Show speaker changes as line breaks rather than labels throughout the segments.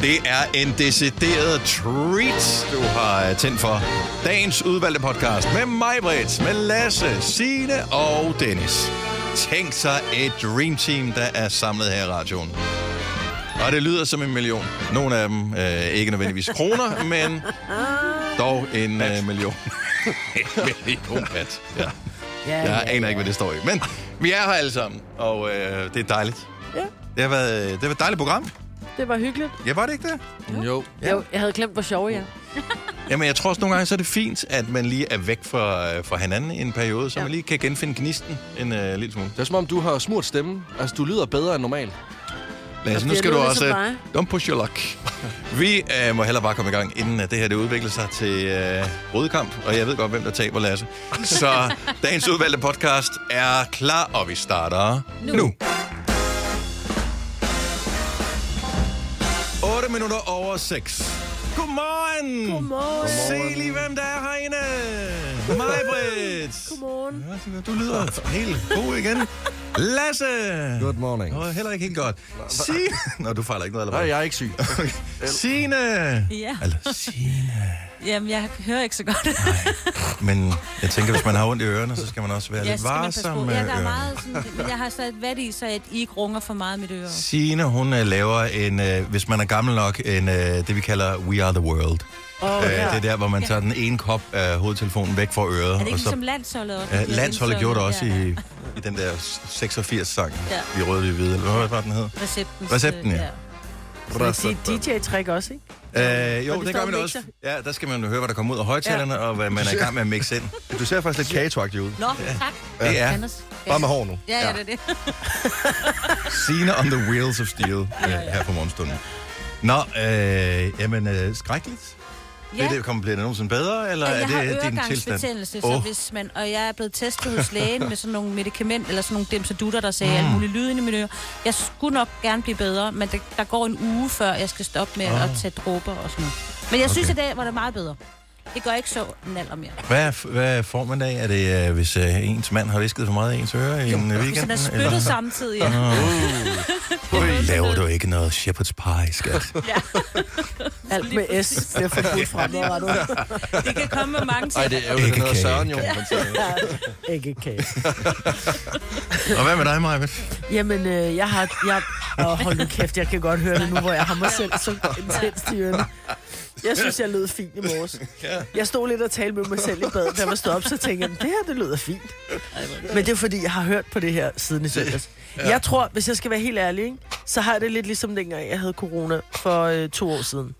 Det er en decideret treat, du har øh, tændt for. Dagens udvalgte podcast med mig, Brits, med Lasse, Signe og Dennis. Tænk sig et dream team, der er samlet her i radioen. Og det lyder som en million. Nogle af dem øh, ikke nødvendigvis kroner, men dog en øh, million. en million pat. Ja.
Ja,
Jeg aner ikke, hvad det står i. Men vi er her alle sammen, og øh, det er dejligt.
Ja,
Det har været, det har været et dejligt program.
det var hyggeligt.
Ja, var det ikke det?
Jo.
Ja.
Jo, jeg havde glemt, hvor sjov jeg er.
Jamen, jeg tror også nogle gange, så er det fint, at man lige er væk fra, øh, fra hinanden i en periode, så ja.
Ja.
man lige kan genfinde gnisten en øh, lille smule.
Det er som om, du har smurt stemmen. Altså, du lyder bedre end normalt.
Lasse, nu
bliver
skal du
lyden
også...
ligesom
øh,
dig.
Don't push your luck. Vi øh, må hellere bare komme i gang, inden at det her det udvikler sig til øh, rødkamp, og jeg ved godt, hvem der taber, Lasse. Så dagens udvalgte podcast er klar, og vi starter nu. nu. 8 minutter over 6. Godmorgen!
Godmorgen.
Se lige, hvem der er herinde. Mig, Britt.
Godmorgen.
Ja, Du lyder helt god igen. Lasse!
Good morning.
Nå, heller ikke helt godt. Signe! Nå, du fejler ikke noget
Nej,
allerede.
jeg er ikke syg.
Signe!
Ja,
Eller Signe.
jamen jeg hører ikke så godt.
Men jeg tænker, hvis man har ondt i ørerne, så skal man også være
Ja,
lidt
så skal man passe på.
varsom med
ja, der er
ørerne.
meget sådan, men jeg har sat vat i, så at I ikke runger for meget i mit øre.
Signe, hun øh, laver en, øh, hvis man er gammel nok, en, øh, det vi kalder We Are The World.
Åh,
Oh, øh,
ja.
Det er der, hvor man tager den ene kop af hovedtelefonen væk fra øret.
Er det ikke
og så,
ligesom landsholdet også?
ja,
De har
landsholdet gjorde det også
indsunget der,
i, i den der 86-sang,
Ja.
ja. Vi røde, vi hvide, eller hvad var den hed?
ja. Recepten.
Recepten, ja.
Så man sige DJ-trick også, ikke?
Øh,
Og
jo,
de
det
står
gør
og
man også.
mixer.
Ja, der skal man jo høre, hvad der kommer ud af højtalerne, ja. og hvad man er i gang med at mixe ind.
Du ser faktisk lidt kagetuagtig ud.
Nå, tak.
Det er
Anders.
Bare med hår nu.
Ja, ja, det er det.
Signe on the Wheels of Steel øh, her på morgenstunden. Nå, øh, jamen, øh, skrækkeligt. Ja.
Ja.
Bliver det, kommer, bliver det nogensinde bedre, eller
Jeg
er det
har
din tilstand?
øregangsbetændelse, så
Åh.
hvis man, og jeg er blevet testet hos lægen med sådan nogle medicament, eller sådan nogle demsedutter, der sagde mm. alle mulige lyde ind i mine ører. Jeg skulle nok gerne blive bedre, men det, der går en uge før, jeg skal stoppe med oh. at
Ah.
tage dråber og sådan noget. Men jeg okay. synes, at det var det meget bedre. Det gør ikke så naller mere.
Hvad, f- hvad får man af? Er det, øh, hvis øh, ens mand har visket for meget i ens øre i en øh,
Hvis han er
weekend?
spyttet eller? samtidig, ja.
Laver du ikke noget shepherd's pie, skat?
Alt med S bliver forbudt fremadrettet.
Det kan komme med mange ting.
Nej, det er jo ikke
Ikke
noget
kage.
Søren, jo. Men så-
Ikke kage.
og hvad med dig, Maja?
Jamen, øh, jeg har... Jeg, åh, hold nu kæft, jeg kan godt høre det nu, hvor jeg har mig selv så intenst i ørene. Jeg synes, jeg lød fint i morges. Jeg stod lidt og talte med mig selv i badet, da jeg var stået op, så tænkte jeg, det her, det lyder fint. Men det er fordi, jeg har hørt på det her siden i søndags. Jeg tror, hvis jeg skal være helt ærlig, ikke, så har jeg det lidt ligesom dengang, jeg havde corona for øh, to år siden.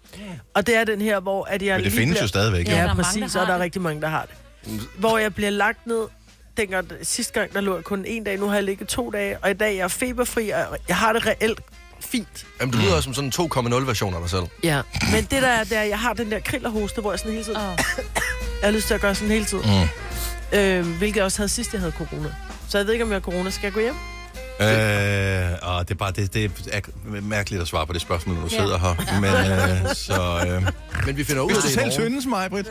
Og det er den her, hvor at jeg
Men det
lige
findes
bliver-
jo stadigvæk, jo.
Ja,
der er
ja
mange,
præcis,
der
og der
har
er
det.
rigtig mange, der har det. Hvor jeg bliver lagt ned, dengang, sidste gang, der lå jeg kun en dag, nu har jeg ligget to dage, og i dag er jeg feberfri, og jeg har det reelt fint.
Jamen, du lyder også som sådan en 2,0-version af dig selv.
Ja. Men det der er, det er, jeg har den der krillerhoste, hvor jeg sådan hele tiden,
Åh.
jeg har lyst til at gøre sådan hele tiden. Mm. Øh, hvilket jeg også havde sidst, jeg havde corona. Så jeg ved ikke, om jeg har corona. Skal jeg gå hjem?
Øh, og det er bare det, det er mærkeligt at svare på det spørgsmål, når du
Ja.
sidder her. Men øh, så... Øh,
Men vi finder ud af det i morgen.
synes mig, Britt.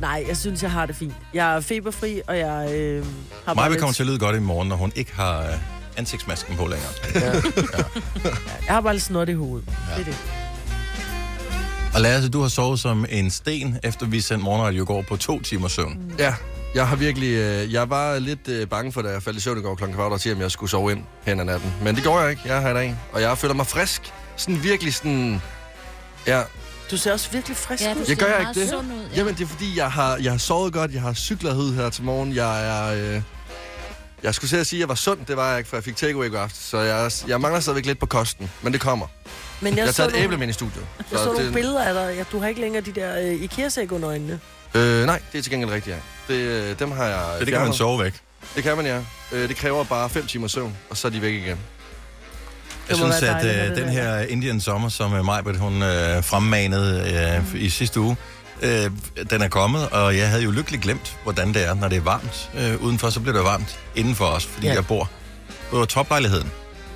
Nej, jeg synes, jeg har det fint. Jeg er feberfri, og jeg øh, har bare
Maja
lidt,
kommer til at lyde godt i morgen, når hun ikke har øh, ansigtsmasken på længere.
jeg har bare lidt snot i hovedet. Ja. Det er det.
Og Lasse, du har sovet som en sten, efter vi sendte morgenradio i går på to timer søvn.
Ja, jeg har virkelig... Øh, jeg var lidt øh, bange for, da jeg faldt i søvn i går klokken kvart og 10, om jeg skulle sove ind hen ad natten. Men det går jeg ikke. Jeg er her i dag. Og jeg føler mig frisk. Sådan virkelig sådan... Ja,
Du ser også virkelig frisk
Ja,
ud.
du
jeg gør
ser
jeg
meget
ikke det.
sund ud, ja.
Jamen, det er fordi, jeg har, jeg har sovet godt. Jeg har cyklet ud her til morgen. Jeg er... Øh, jeg skulle til at sige, at jeg var sund. Det var jeg ikke, for jeg fik takeaway i går aftes. Så jeg, jeg mangler stadigvæk lidt på kosten. Men det kommer.
Men jeg,
Jeg, jeg
så
tager et
nogle-
æble med ind i studiet.
Jeg så
det,
nogle billeder af dig. Ja, du har ikke længere de der øh, IKEA-sæk under øjnene.
Øh, nej, det er til gengæld rigtigt, ja. Det, øh, dem har jeg...
Så det kan
fjernet.
man sove væk.
Det kan man, ja. Øh, det kræver bare 5 timer søvn, og så er de væk igen.
Jeg
Det må
synes,
være
at
dejligt, når
øh,
det
den
er
her Indian Sommer, som øh, Majbert, hun øh, fremmanede øh, i sidste uge, øh, den er kommet, og jeg havde jo lykkeligt glemt, hvordan det er, når det er varmt. Øh, udenfor, så bliver det varmt indenfor os, fordi ja.
Ja.
jeg bor på toplejligheden.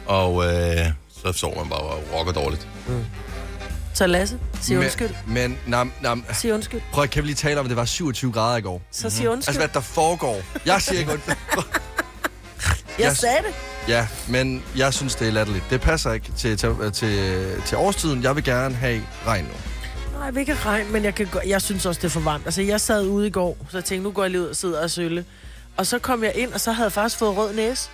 Og øh, så sover man bare rocker dårligt.
Så Lasse, sig
Men-
undskyld.
Men, nam, nam,
Sig undskyld.
prøv, kan vi lige tale om, at det var 27 grader i går? Mhm.
Så sig undskyld.
Altså, hvad der foregår. Jeg siger ikke undskyld.
jeg
jeg-
sagde det.
Ja, men jeg synes, det er latterligt. Det passer ikke til, til, til, til årstiden. Jeg vil gerne have regn nu.
Nej, jeg vil ikke have regn, men jeg, kan, gå- jeg synes også, det er for varmt. Altså, jeg sad ude i går, så jeg tænkte, nu går jeg lige ud og sidder og sølle. Og så kom jeg ind, og så havde jeg faktisk fået rød næse.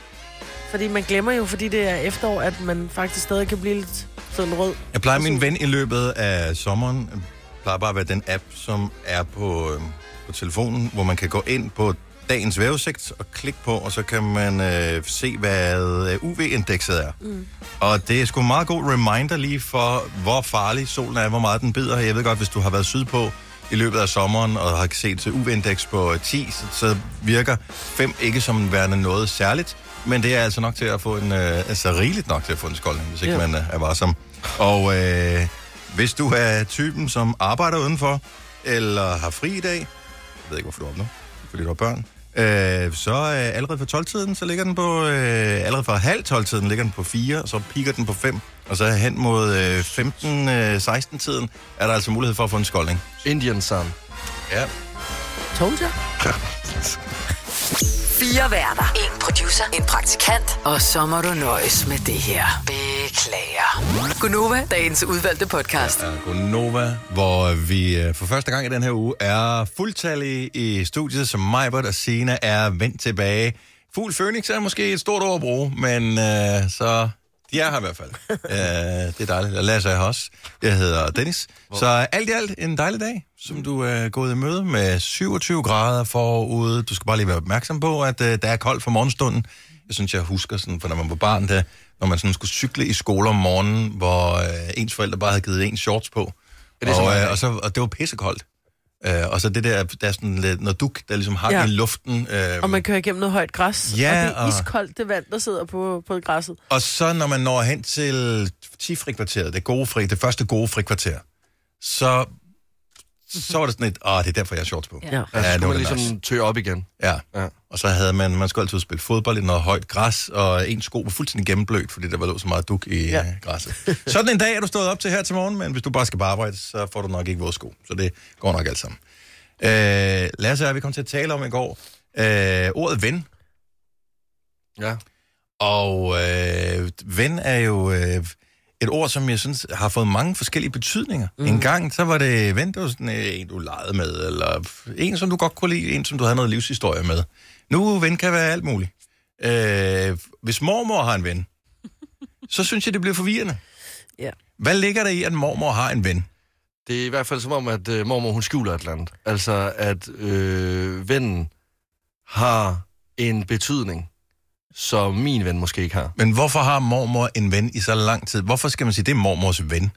Fordi man glemmer jo, fordi det er efterår, at man faktisk stadig kan blive lidt sådan rød.
Jeg plejer min ven i løbet af sommeren, øh, plejer bare at være den app, som er på, øh, på telefonen, hvor man kan gå ind på dagens vejrudsigt og klikke på, og så kan man øh, se, hvad øh, UV-indekset er. Mm. Og det er sgu en meget god reminder lige for, hvor farlig solen er, hvor meget den bider. Jeg ved godt, hvis du har været sydpå i løbet af sommeren og har set til UV-indeks på 10, så- så virker 5 ikke som værende noget særligt. Men det er altså nok til at få en, øh, altså rigeligt nok til at få en skoldning, hvis ikke
Ja.
man øh, er varsom. Og øh, hvis du er typen, som arbejder udenfor, eller har fri i dag, jeg ved ikke, hvorfor du er op nu, fordi du har børn, øh, så øh, allerede fra 12-tiden, så ligger den på, øh, allerede fra halv 12-tiden ligger den på 4, og så piker den på 5, og så hen mod øh, 15-16-tiden er der altså mulighed for at få en skoldning.
Indian Sun.
Ja.
Told ya.
Fire værter. En producer. En praktikant. Og så må du nøjes med det her. Beklager. Gunova, dagens udvalgte podcast.
er Gonova, hvor vi øh, for første gang i den her uge er fuldtallige i studiet, som Majbert og Sina er vendt tilbage. Fugl Phoenix er måske et stort ord at bruge, men øh, så de er her i hvert fald. øh, det er dejligt. Og Lasse er her også. Jeg hedder Dennis. Så øh, alt i alt en dejlig dag, som du er gået i møde med 27 grader forude. Du skal bare lige være opmærksom på, at øh, der er koldt for morgenstunden. Jeg synes, jeg husker sådan, for når man var barn, der, når man sådan skulle cykle i skole om morgenen, hvor øh, ens forældre bare havde givet en shorts på.
det så
og,
meget?
øh, og, så, og det var pissekoldt. Øh, og så det der, der er sådan lidt, når duk, der ligesom hang ja.
Ja.
i luften. Øh,
Og man kører igennem noget højt græs,
Ja,
og det er
og-
iskoldt, det vand, der sidder på, på græsset.
Og så når man når hen til 10 frikvarteret, det, gode fri, det første gode frikvarter, så, så var det sådan et, ah, det er derfor, jeg har shorts på.
Ja.
Ja,
det
skulle
var
man
da
ligesom
nice.
nice. tø op igen.
Ja.
Ja.
Og så havde man, man skulle altid spille fodbold i noget højt græs, og en sko var fuldstændig gennemblødt, fordi der var lå så meget duk i ja.
Ja.
græsset. Sådan en dag er du stået op til her til morgen, men hvis du bare skal på arbejde, så får du nok ikke våde sko. Så det går nok alt sammen. Øh, Lasse og jeg, vi kom til at tale om i går, øh, ordet ven.
Ja.
Og øh, ven er jo øh, et ord, som jeg synes har fået mange forskellige betydninger. Mm. En gang, så var det ven, det var sådan øh, en, du legede med, eller en, som du godt kunne lide, en, som du havde noget livshistorie med. Nu ven kan være alt muligt. Øh, hvis mormor har en ven, så synes jeg, det bliver forvirrende.
Ja.
Hvad ligger der i, at mormor har en ven?
Det er i hvert fald som om, at øh, mormor hun skjuler et eller andet. Altså, at øh, vennen har en betydning, som min ven måske ikke har.
Men hvorfor har mormor en ven i så lang tid? Hvorfor skal man sige, det er mormors ven?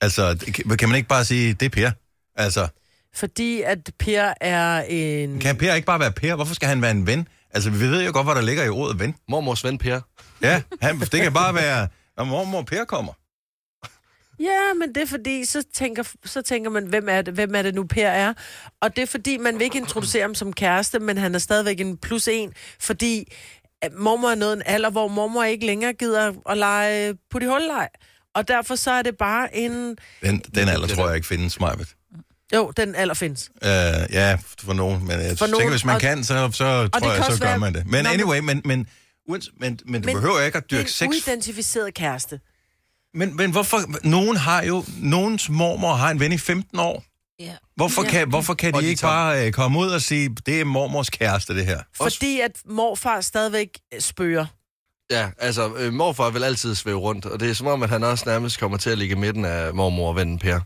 Altså, det- kan- kan man ikke bare sige, det er Per? Altså,
Fordi at Per er en...
Kan Per ikke bare være Per? Hvorfor skal han være en ven? Altså, vi ved jo godt, hvad der ligger i ordet ven.
Mormors ven Per.
Ja, han, det kan bare være, at mormor Per kommer.
Ja, men det er fordi, så tænker, så tænker man, hvem er, det, hvem er det nu Per er? Og det er fordi, man vil ikke introducere ham som kæreste, men han er stadigvæk en plus en, fordi at mormor er nået en alder, hvor mormor ikke længere gider at lege på de hulleg. Og derfor så er det bare en...
Den, den alder tror jeg ikke findes, Majbet.
Jo, den alder findes.
Uh, ja, for nogen, men jeg for
For
tænker,
nogen,
hvis man
og-
kan, så, så
det
tror jeg,
kan
så
også
gør
være-
man det. Men
Nå, men-
anyway, men, men, men, men, men du
Men
behøver ikke at dyrke
Det er
sex.
en uidentificeret kæreste.
Men, men hvorfor? Nogen har jo, nogens mormor har en ven i 15 år.
Ja.
Hvorfor,
Ja.
kan, hvorfor kan
Og
de
de
ikke
tager-
bare øh, komme ud og sige, det er mormors kæreste, det her?
Fordi at morfar stadigvæk spøger.
Ja, altså, øh, morfar vil altid svæve rundt, og det er som om, at han også nærmest kommer til at ligge i midten af mormor og vennen Per.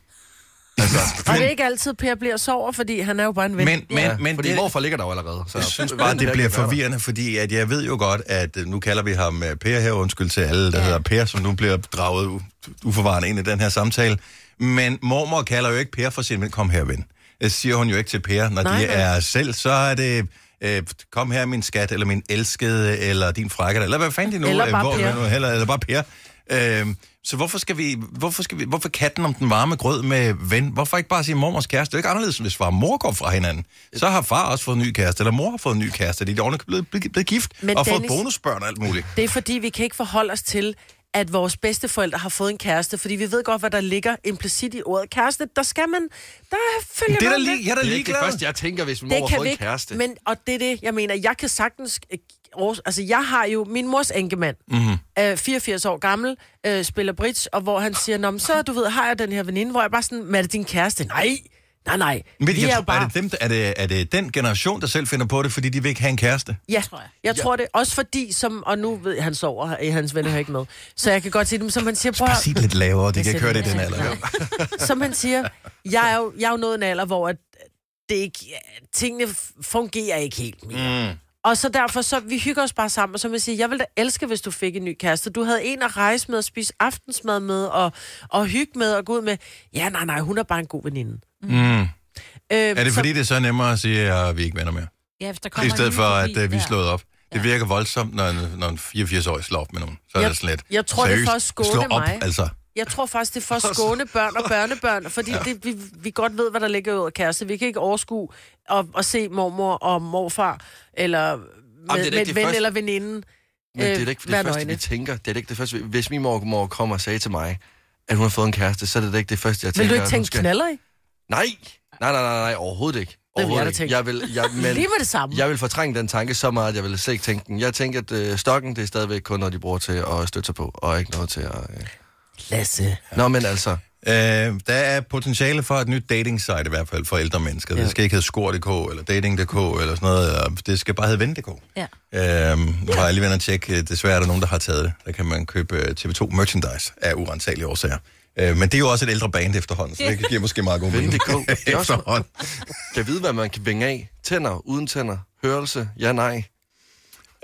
Og det er ikke altid, Per bliver sover, fordi han er jo bare en ven.
Men, men,
ja,
men
fordi
det-
det... morfar ligger der jo allerede. Så
Jeg synes bare, det bliver forvirrende, fordi at jeg ved jo godt, at øh, nu kalder vi ham øh, Per her, undskyld til alle, der ja. hedder Per, som nu bliver draget u- uforvarende ind i den her samtale. Men mormor kalder jo ikke Per for sin ven, kom her ven. Det siger hun jo ikke til Per, når nej,
Nej,
de
nej.
er selv, så er det, øh, kom her min skat, eller min elskede, eller din frakke, eller hvad fanden de nu,
Eller
øh,
bare
hvor,
Per.
nu heller, eller bare Per. Øh, så hvorfor skal vi, hvorfor skal vi, hvorfor katten om den varme grød med ven? Hvorfor ikke bare sige mormors kæreste? Det er jo ikke anderledes, end hvis far og mor går fra hinanden. Så har far også fået en ny kæreste, eller mor har fået en ny kæreste. De er ordentligt blevet, blevet, blevet gift
Men
og fået
Dennis-
bonusbørn og alt muligt.
Det er fordi, vi kan ikke forholde os til, at vores bedsteforældre har fået en kæreste, fordi vi ved godt, hvad der ligger implicit i ordet kæreste. Der skal man... Der følger
Det er da
man
lige,
med.
jeg er da
Det er ikke det
ligeglad.
første, jeg tænker, hvis min
Det
mor
kan
får
vi
en
ikke,
kæreste.
men, og det er det, jeg mener, jeg kan sagtens øh, års... Altså, jeg har jo min mors enkemand,
Mm-hmm.
øh, 84 år gammel, øh, spiller bridge, og hvor han siger, Nå, men så, du ved, har jeg den her veninde, hvor jeg bare sådan, "Men er det din kæreste? Nej, nej, nej.
Men
Vi
jeg
er
tror,
jo bare...
er, det dem, der- er, det, er det den generation, der selv finder på det, fordi de vil ikke have en kæreste?
Ja, tror jeg. jeg tror det. Også fordi, som, og nu ved jeg, han sover, øh, hans venner hører ikke med. Så jeg kan godt sige dem, som han siger, prøv
Bare
at-
sig det lidt lavere, de
Jeg
kan ikke
siger
høre det
det
i den
lidt
alder.
lavere. som han siger, jeg er jo, jeg er jo nået en alder, hvor at det ikke, tingene f- fungerer ikke helt mere. Mm. Og så derfor, så vi hygger os bare sammen, og så vil jeg sige, jeg ville da elske, hvis du fik en ny kæreste. Du havde en at rejse med, og spise aftensmad med, og, og hygge med, og gå ud med. Ja, nej, nej, hun er bare en god veninde.
Mm.
Øh,
Er det fordi, det er så nemmere at sige, at vi er ikke venner mere?
Ja, hvis der
I
kommer en
stedet
ny
for,
forbi,
at øh, vi er
ja.
slået op. Det virker voldsomt, når en, når en 84-årig slår op med nogen. Så er
Jeg-
det slet.
jeg tror, det er for at skåne
slå op,
mig.
altså.
Jeg tror faktisk, det er for at skåne børn og børnebørn, fordi ja. det, vi, vi godt ved, hvad der ligger ud af kæreste. Vi kan ikke overskue at, at se mormor og morfar, eller med,
det er da
med
ikke det
et ven
første-
eller veninden.
Men det er da ikke det
være
første, vi
øh, nøgne.
tænker. Det er da ikke det første. vi- Hvis min mormor kommer og sagde til mig, at hun har fået en kæreste, så er det da ikke det første, jeg tænker.
Vil du ikke
at hun
tænke skal... knaller i?
Nej. nej, nej, nej, nej, overhovedet ikke.
jeg da
Overhovedet
tænke.
Jeg vil, jeg, men,
Lige med det samme.
jeg vil fortrænge den tanke så meget, at jeg vil slet ikke tænke den. Jeg tænker, at øh, stokken, det er stadigvæk kun noget, de bruger til at støtte sig på, og ikke noget til at... Øh...
Lasse.
Nå, men altså,
Øh, der er potentiale for et nyt dating-site i hvert fald for ældre mennesker. Ja. Det skal ikke hedde skor.dk eller dating.dk eller sådan noget. Eller det skal bare hedde ven.dk.
Ja.
Øhm, nu har jeg lige været inde og tjekke. øh, Desværre er der nogen, der har taget det. Der kan man købe øh, TV2 merchandise af urensagelige årsager. Øh, men det er jo også et ældre band efterhånden, så det giver måske meget god mening.
Ven.dk. Det er også-
efterhånden.
kan vide, hvad man kan vinge af. Tænder, uden tænder, hørelse, ja, nej.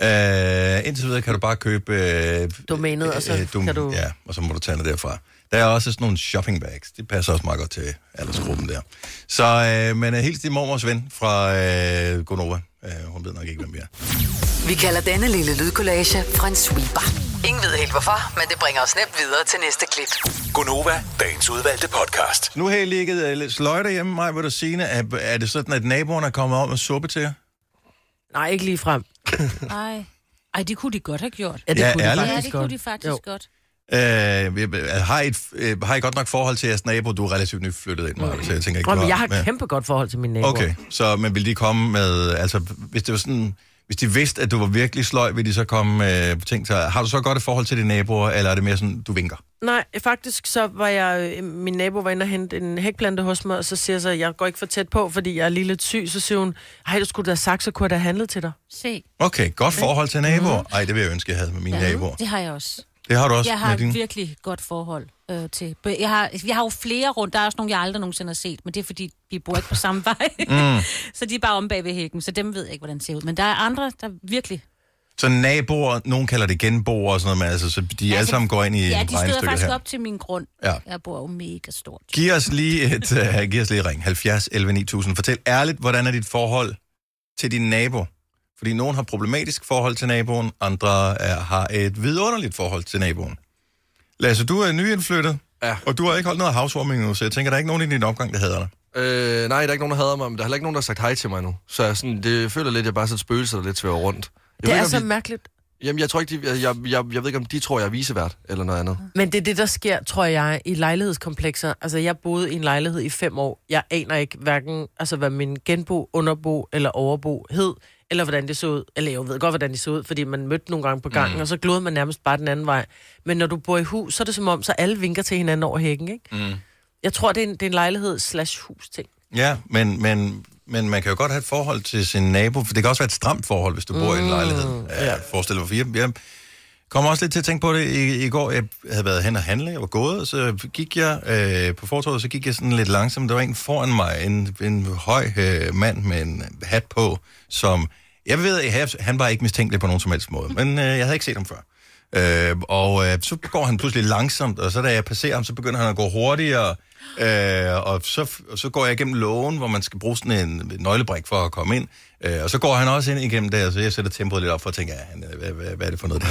Øh, indtil videre kan du bare købe... Øh,
Domænet, og så kan du-
Ja, og så må du tage det derfra. Der er også sådan nogle shopping bags. Det passer også meget godt til aldersgruppen der. Så, øh, men øh, hils din mormors ven fra øh, Gonova. Øh, hun ved nok ikke, hvem vi er.
Vi kalder denne lille lydkollage en sweeper. Ingen ved helt hvorfor, men det bringer os nemt videre til næste klip.
Gunova, dagens udvalgte podcast.
Nu har I ligget øh, lidt sløjter hjemme, mig, hvor du siger, er, er det sådan, at naboerne er kommet over med suppe til jer?
Nej, ikke lige frem.
Ej. Ej, det kunne de godt have gjort.
Ja, det
Ja,
kunne de
ærligt.
faktisk
Ja, det kunne de faktisk
Jo.
godt.
Øh, har, I et, øh, har I godt nok forhold til jeres nabo? Du er relativt nyflyttet ind, Maja, så jeg tænker ikke,
Prøv,
du
men jeg har
men-
et kæmpe godt forhold til mine naboer.
Okay, så men vil de komme med, altså hvis det var sådan, hvis de vidste, at du var virkelig sløj, vil de så komme med øh, ting til, har du så godt et forhold til dine naboer, eller er det mere sådan, du vinker?
Nej, faktisk så var jeg, øh, min nabo var inde og hente en hækplante hos mig, og så siger jeg så, jeg går ikke for tæt på, fordi jeg er lige lidt syg. Så siger hun, hej, du skulle da have sagt, så kunne jeg da have handlet til dig.
Se.
Okay, godt forhold til naboer. Ej, det vil jeg ønske, jeg havde med mine naboer.
Mm-hmm. Det har jeg også.
Det har du også
Jeg har
med
et
dine.
virkelig godt forhold øh, til. be- Jeg har, jeg har jo flere rundt. Der er også nogle, jeg aldrig nogensinde har set, men det er fordi, vi bor ikke på samme vej. Mm. så de er bare om bag ved hækken, så dem ved jeg ikke, hvordan det ser ud. Men der er andre, der virkelig...
Så naboer, nogen kalder det genboer og sådan noget, men altså, så de alle
Altså,
sammen går ind i
Ja,
et
de støder
regnstykke
faktisk
her.
op til min grund.
Ja.
Jeg bor jo mega stort.
Giv os lige et, uh, giv os lige et ring. 70 11 9000. Fortæl ærligt, hvordan er dit forhold til din nabo? Fordi nogen har problematisk forhold til naboen, andre uh, har et vidunderligt forhold til naboen. Lasse, du er nyindflyttet,
Ja.
og du har ikke holdt noget housewarming nu, så jeg tænker, der er ikke nogen i din opgang, der hader dig.
Øh, nej, der er ikke nogen, der hader mig, men der er heller ikke nogen, der har sagt hej til mig nu. Så jeg, er sådan, det føler lidt, at jeg bare er sådan et spøgelse, der lidt svæver rundt. Jeg
Det
ved
er
ikke,
altså
om
så
de-
mærkeligt.
Jamen, jeg tror ikke, de, jeg, jeg, jeg, jeg ved ikke, om de tror, jeg er visevært eller noget andet.
Men det er det, der sker, tror jeg, i lejlighedskomplekser. Altså, jeg boede i en lejlighed i fem år. Jeg aner ikke hverken, altså, hvad min genbo, underbo eller overbo hed, eller hvordan det så ud. Eller jeg ved godt, hvordan det så ud, fordi man mødte nogle gange på gangen, mm. og så glodede man nærmest bare den anden vej. Men når du bor i hus, så er det som om, så alle vinker til hinanden over hækken, ikke? Mm. Jeg tror, det er en, det er en lejlighed slash hus-ting.
Ja, men, men, men man kan jo godt have et forhold til sin nabo, for det kan også være et stramt forhold, hvis du bor i en lejlighed. Ja, forestil dig, for jeg, jeg kom også lidt til at tænke på det i, i går. Jeg havde været hen og handle, jeg var gået, og så gik jeg øh, på fortorvet, så gik jeg sådan lidt langsomt. Der var en foran mig, en, en høj øh, mand med en hat på, som... Jeg ved, at han var ikke mistænkelig på nogen som helst måde, men øh, jeg havde ikke set ham før. Øh, og øh, så går han pludselig langsomt, og så da jeg passerer ham, så begynder han at gå hurtigere. Øh, og, så, og så går jeg igennem lågen, hvor man skal bruge sådan en nøglebrik for at komme ind. Øh, og så går han også ind igennem der, så jeg sætter tempoet lidt op for at tænke, ja, han, øh, hvad, hvad, hvad er det for noget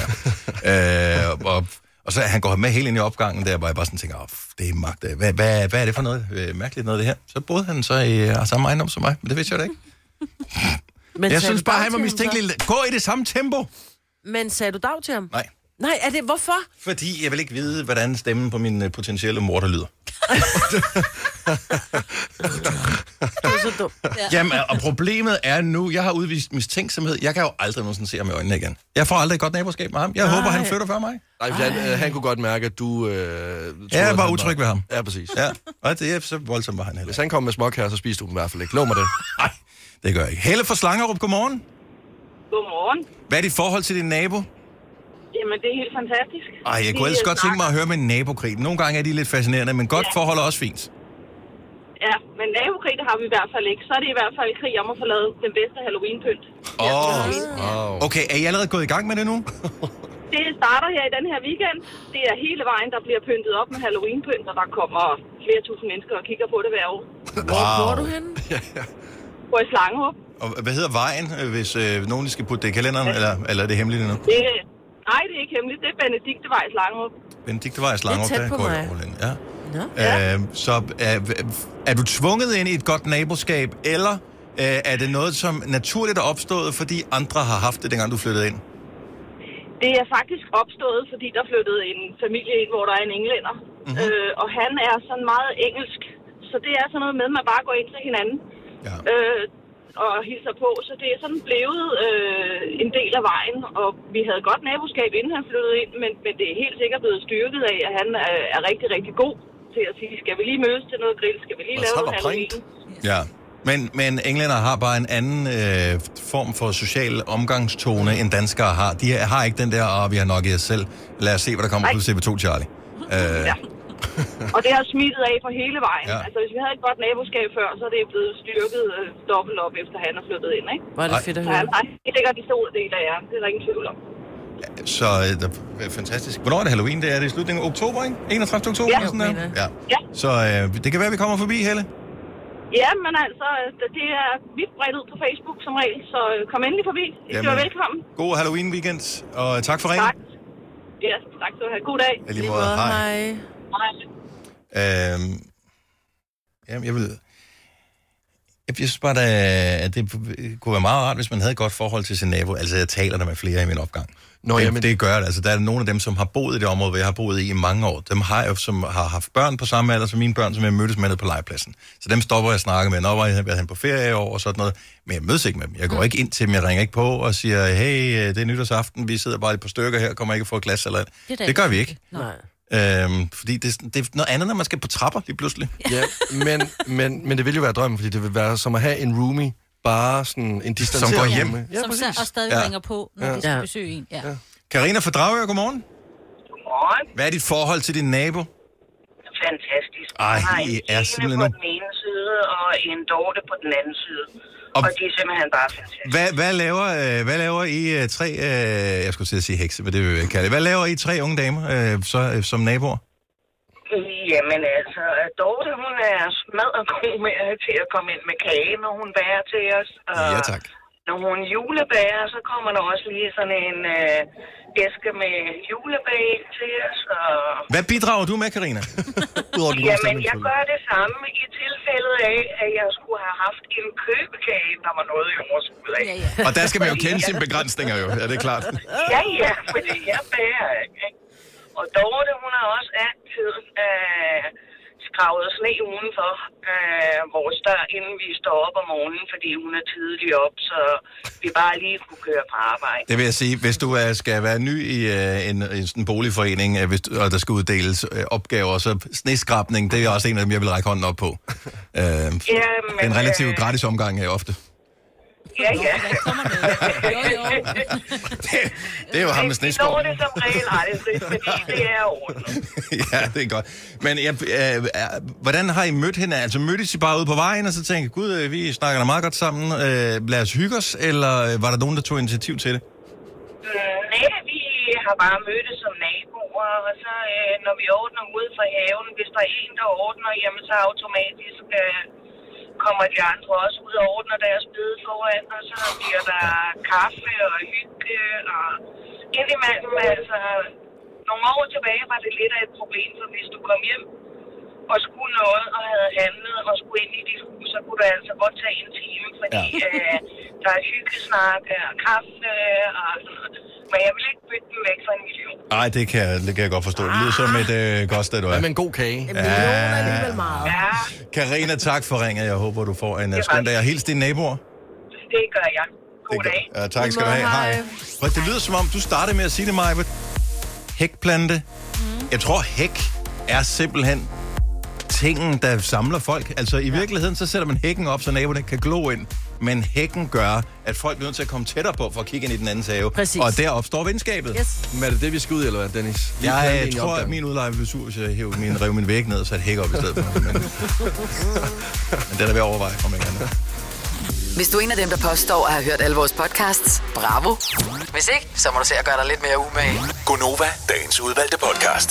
der? øh, og, og så han går med helt ind i opgangen der, hvor jeg bare sådan tænker, oh, det er magt. øh, Hvad, hvad, hvad er det for noget øh, mærkeligt noget det her? Så boede han så i øh, samme ejendom som mig, men det vidste jeg da ikke.
Men
Jeg
sagde
synes
du
bare,
dag
han var
til ham så?
mistænkelig. Gå i det samme tempo!
Men sagde du dag til ham?
Nej.
Nej, er det... Hvorfor?
Fordi jeg vil ikke vide, hvordan stemmen på min øh, potentielle mor, der lyder.
Du er så dum.
Jamen, og problemet er nu, jeg har udvist mistænksomhed. Jeg kan jo aldrig nogensinde se ham i øjnene igen. Jeg får aldrig et godt naboskab med ham. Jeg Nej. håber, han flytter før mig.
Nej, for han, øh, han kunne godt mærke, at du... Øh, troede,
Ja, jeg
at
var
han
utryg ved ham.
Ja, præcis. Ja.
Ja, og det er så voldsomt var han heller.
Hvis
ikke.
han kom med småkager, så spiste du dem i hvert fald ikke. Lov mig det.
Nej, det gør jeg ikke. Helle fra Slangerup, godmorgen.
Godmorgen.
Hvad er dit forhold til din nabo?
Jamen, det er helt fantastisk.
Ej, jeg kunne ellers godt tænke mig at høre med en nabokrig. Nogle gange er de lidt fascinerende, men godt forhold er også fint.
Ja, men nabokrig, det har vi i hvert fald ikke. Så er det i hvert fald krig om at få lavet den bedste Halloween-pynt.
Åh,
Wow.
okay, er I allerede gået i gang med det nu?
Det starter her i den her weekend. Det er hele vejen, der bliver pyntet op med Halloween-pynt, og der kommer flere tusind mennesker og kigger på det hver år.
Hvor bor du henne?
På i Slangerup.
Og hvad hedder vejen, øh, hvis øh, nogen lige skal putte det i kalenderen, eller, eller er det hemmeligt endnu?
Det, nej, det er ikke hemmeligt. Det er Benediktevej i Slangerup.
Benediktevejen Slangerup,
Det er
der
tæt på
går jeg
mig.
over lidt. Ja.
Nå.
Øh, så øh, er du tvunget ind i et godt naboskab, eller øh, er det noget, som naturligt er opstået, fordi andre har haft det, dengang du flyttede ind?
Det er faktisk opstået, fordi der flyttede en familie ind, hvor der er en englænder.
Mhm.
Mm-hmm. Øh, og han er sådan meget engelsk, så det er sådan noget med, at man bare går ind til hinanden
Ja.
øh, og hilser på. Så det er sådan blevet øh, en del af vejen, og vi havde godt naboskab, inden han flyttede ind, men, men det er helt sikkert blevet styrket af, at han øh, er rigtig, rigtig god til at sige, skal vi lige mødes til noget grill, skal vi lige
Og
lave
så er
noget
der
halloween?
ja. Men, men englænder har bare en anden øh, form for social omgangstone, end danskere har. De har ikke den der, og vi har nok i os selv. Lad os se, hvad der kommer
Nej.
på CP2, Charlie. Øh, ja.
Ja. og det har smittet af på hele vejen.
Ja.
Ja. Altså, hvis vi havde et godt naboskab før, så er det blevet styrket øh, dobbelt op, efter han er flyttet ind, ikke?
Hvor er
Ej.
det fedt at
Så
høre.
han er helt sikkert en stor del af jer. Det er der ingen tvivl om.
Så øh, det er fantastisk. Hvornår er det Halloween? Det er det i slutningen af oktober, ikke? 31. oktober?
Ja,
eller sådan
mener
der.
jeg.
Ja.
Ja.
Så øh, det kan være, vi kommer forbi, Helle.
Ja, men altså, øh, det er vidt bredt ud på Facebook som regel, så øh, kom endelig forbi. I skal
Jamen.
være velkommen.
God Halloween-weekend, og tak for ringen.
Tak. Ja, tak skal du have. God dag.
Ja,
Lige
lige måde.
måde,
Hej.
hej.
Hej.
Øhm, jamen, jeg vil... Jeg synes bare, da- at det kunne være meget rart, hvis man havde et godt forhold til sin nabo. Altså, jeg taler der med flere i min opgang.
Nå,
det,
jamen-
det gør det. Altså, der er nogle af dem, som har boet i det område, hvor jeg har boet i i mange år. Dem har jeg, som har haft børn på samme alder som mine børn, som jeg mødtes med nede på legepladsen. Så dem stopper jeg at snakke med. Nå, hvor har jeg været hen på ferie i år og sådan noget. Men jeg mødes ikke med dem. Jeg
Mm.
går ikke ind til dem. Jeg ringer ikke på og siger, hey, øh, det er nytårsaften. Vi sidder bare et par stykker her. Kommer ikke at få et glas eller andet."
er da
Det gør
ikke
vi ikke.
Nej.
Øhm, fordi det, er sådan- det er noget andet, når man skal på trapper lige pludselig.
Ja, men, men, men det vil jo være drømmen, fordi det vil være som at have en roomie, bare sådan en distanceret
går hjem.
roomie. Ja,
som
præcis.
så, og stadig
Ja.
ja. ringer på, når ja. de
Ja.
skal besøge en. Ja. Ja.
Karina fra Dragør, godmorgen.
Godmorgen.
Hvad er dit forhold til din nabo?
Fantastisk.
Ej,
Jeg har en
I er
tine
simpelthen
på
nogle-
den ene side, og en dorte på den anden side.
Og-
Og, og det er simpelthen bare fantastisk.
Hvad, hvad, laver, øh, hvad laver I øh, tre... Øh, jeg skulle til at sige hekse, men det vil jeg ikke kalde det. Hvad laver I tre unge damer øh, så, øh, som naboer?
Jamen altså, Dorte, hun er smadret god med at til at komme ind med kage, når hun bærer til os. Og
Ja, tak.
Når hun julebærer, så kommer der også lige sådan en øh, æske med julebag til os. Og...
Hvad bidrager du med, Karina?
Udover den gode
Jamen,
stemning,
jeg
selvfølgelig.
gør det samme i tilfældet af, at jeg skulle have haft en købekage, der var noget i overskud af.
Ja, ja.
Og der skal man jo kende sine begrænsninger, jo. Ja, det er klart.
Ja, ja, fordi jeg bærer ikke. ikke? Og Dorte, hun har også altid øh, skravet sne udenfor øh, vores dør, inden vi står op om morgenen, fordi hun er tidlig op, så vi bare lige kunne køre på arbejde.
Det vil jeg sige, hvis du øh, skal være ny i øh, en, en sådan boligforening, øh, hvis, du- og der skal uddeles øh, opgaver, så sneskrabning, det er også en af dem, jeg vil række hånden op på. Øh, Jamen, en relativt
øh,
gratis omgang er ofte.
Ja, ja.
Kommer noget. Jo, jo.
det, det er jo ham med
Vi når
sneskoven.
det som regel aldrig, fordi det er ordentligt.
ja, det er godt. Men jeg, øh, øh, hvordan har I mødt hende? Altså mødtes I bare ude på vejen, og så tænkte jeg, gud, øh, vi snakker da meget godt sammen, øh, lad os hygge os, eller øh, var der nogen, der tog initiativ til det?
Mm, Nej, vi har bare mødtes som naboer, og så øh, når vi ordner ud for haven, hvis der er en, der ordner, jamen så automatisk øh, kommer de andre også ud og ordner deres bede foran, og så bliver der kaffe og hygge, og indimellem, altså nogle år tilbage var det lidt af et problem, for hvis du kom hjem og skulle noget og havde handlet og skulle ind i dit hus, så kunne du altså godt tage en time, fordi ja. øh, der er hyggesnak og kaffe og sådan noget. Men jeg vil ikke bytte dem væk for en million.
Ej, det kan, jeg- det kan jeg godt forstå. Det lyder som et øh, godt sted, du
Hvad
er.
med en god kage?
En million er alligevel meget.
Ja,
Karina, tak for ringet. Jeg håber, du får en øh,
Det var
skøn dag. Og hils dine naboer.
det gør jeg. God
Det gør-
dag.
Ja, tak skal du have. Hej. Prøv, det lyder som om, du startede med at sige det, Majbet. Hækplante. Jeg tror, hæk er simpelthen tingen, der samler folk. Altså, i virkeligheden, så sætter man hækken op, så naboerne kan glo ind. Men hækken gør, at folk bliver nødt til at komme tættere på for at kigge ind i den andens have.
Præcis.
Og der opstår venskabet.
Yes.
Men er det det, vi skal ud i, eller hvad, Dennis? Lige
Jeg,
planlægge
jeg
en
tror, at
opgang.
min udlejer ville sur, hvis jeg hævde min, rev min væg ned og satte hæk op i stedet for. Men, men den er ved at overveje, om ikke andet.
Hvis du er en af dem, der påstår at have hørt alle vores podcasts, bravo. Hvis ikke, så må du se at gøre dig lidt mere umage.
Gonova, dagens udvalgte podcast.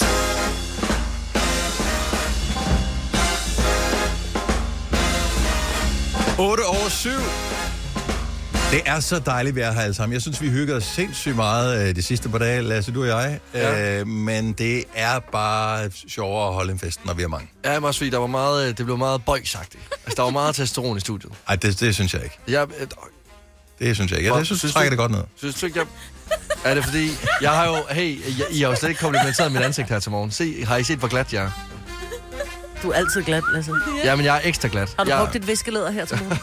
Otte over syv. Det er så dejligt, vi er her alle sammen. Jeg synes, vi hygger os sindssygt meget øh, de sidste par dage, Lasse, du og jeg. Ja. Øh, men det er bare sjovere at holde en fest, når vi er mange.
Ja, men også fordi der var meget, øh, det blev meget bøjsagtigt. Altså, der var meget testosteron i studiet.
Ej, det, det synes jeg ikke.
Jeg, øh,
Det synes jeg ikke. Jeg
Hvor-
synes, du
synes
trækker
du-
det godt ned.
Synes du ikke, jeg... Er det fordi, jeg har jo... Hey, jeg, I har jo slet ikke komplimenteret mit ansigt her til morgen. Se, har I set, hvor glat jeg er?
Du er altid glad, Lasse.
Jamen, jeg er ekstra glat.
Har du
jeg,
brugt dit viskelæder her til morgen?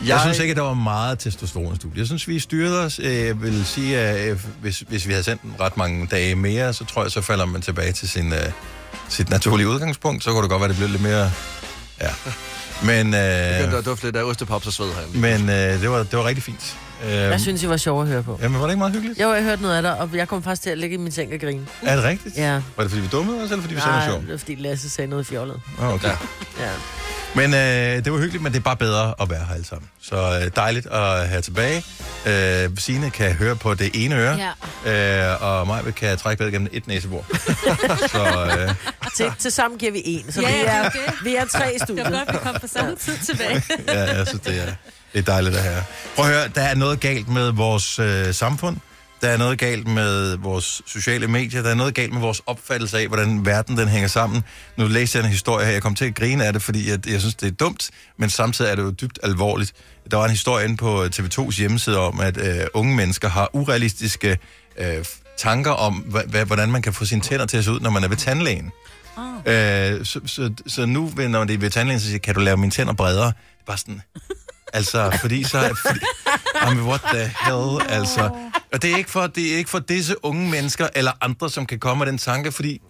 Jeg,
Jeg synes ikke, at der var meget testosteron i studiet. Jeg synes, vi styrede os. Øh, Jeg vil sige, at øh, hvis, hvis vi havde sendt den ret mange dage mere, så tror jeg, så falder man tilbage til sin, øh, sit naturlige udgangspunkt. Så kunne det godt være, det blev lidt mere... Ja. Men,
begyndte
øh,
at dufte lidt af ostepops og sved herinde.
men øh, det, var, det var rigtig fint. Øh,
Jeg synes, I var sjov at høre på.
Jamen, var det ikke meget hyggeligt?
Jo, jeg hørte noget af dig, og jeg kom faktisk til at ligge i min seng og grine.
Er det rigtigt?
Mm. Ja.
Var det, fordi vi dummede os, eller fordi vi sagde
Nej,
noget
det var fordi Lasse sagde noget fjollet.
sjovt? Ah, okay. Ja.
Ja.
Men øh, det var hyggeligt, men det er bare bedre at være her alle sammen. Så øh, dejligt at have tilbage. Øh, Signe kan høre på det ene øre.
Ja.
Øh, og mig kan trække vejret gennem et næsebord. så øh,
Til, til sammen giver vi en, så
Ja,
vi,
det er
er,
det.
vi er tre i
Det var
studiet.
godt, vi kom på samme tid tilbage.
ja, jeg synes, det er, det er dejligt at have. Prøv at høre, der er noget galt med vores øh, samfund. Der er noget galt med vores sociale medier. Der er noget galt med vores opfattelse af, hvordan verden den hænger sammen. Nu læste jeg en historie her. Jeg kom til at grine af det, fordi jeg, jeg synes, det er dumt, men samtidig er det jo dybt alvorligt. Der var en historie inde på øh, TV2's hjemmeside om, at øh, unge mennesker har urealistiske øh, tanker om, hva, hva, hvordan man kan få sine tænder til at se ud, når man er ved tandlægen. Oh. Øh, så, så, så nu, ved- når det er ved tandlægen, så siger jeg, kan du lave mine tænder bredere? Det er bare sådan, Altså, fordi så... er- Fordi, jamen, what the hell, altså. Og det er, ikke for, det er ikke for disse unge mennesker eller andre, som kan komme med den tanke, fordi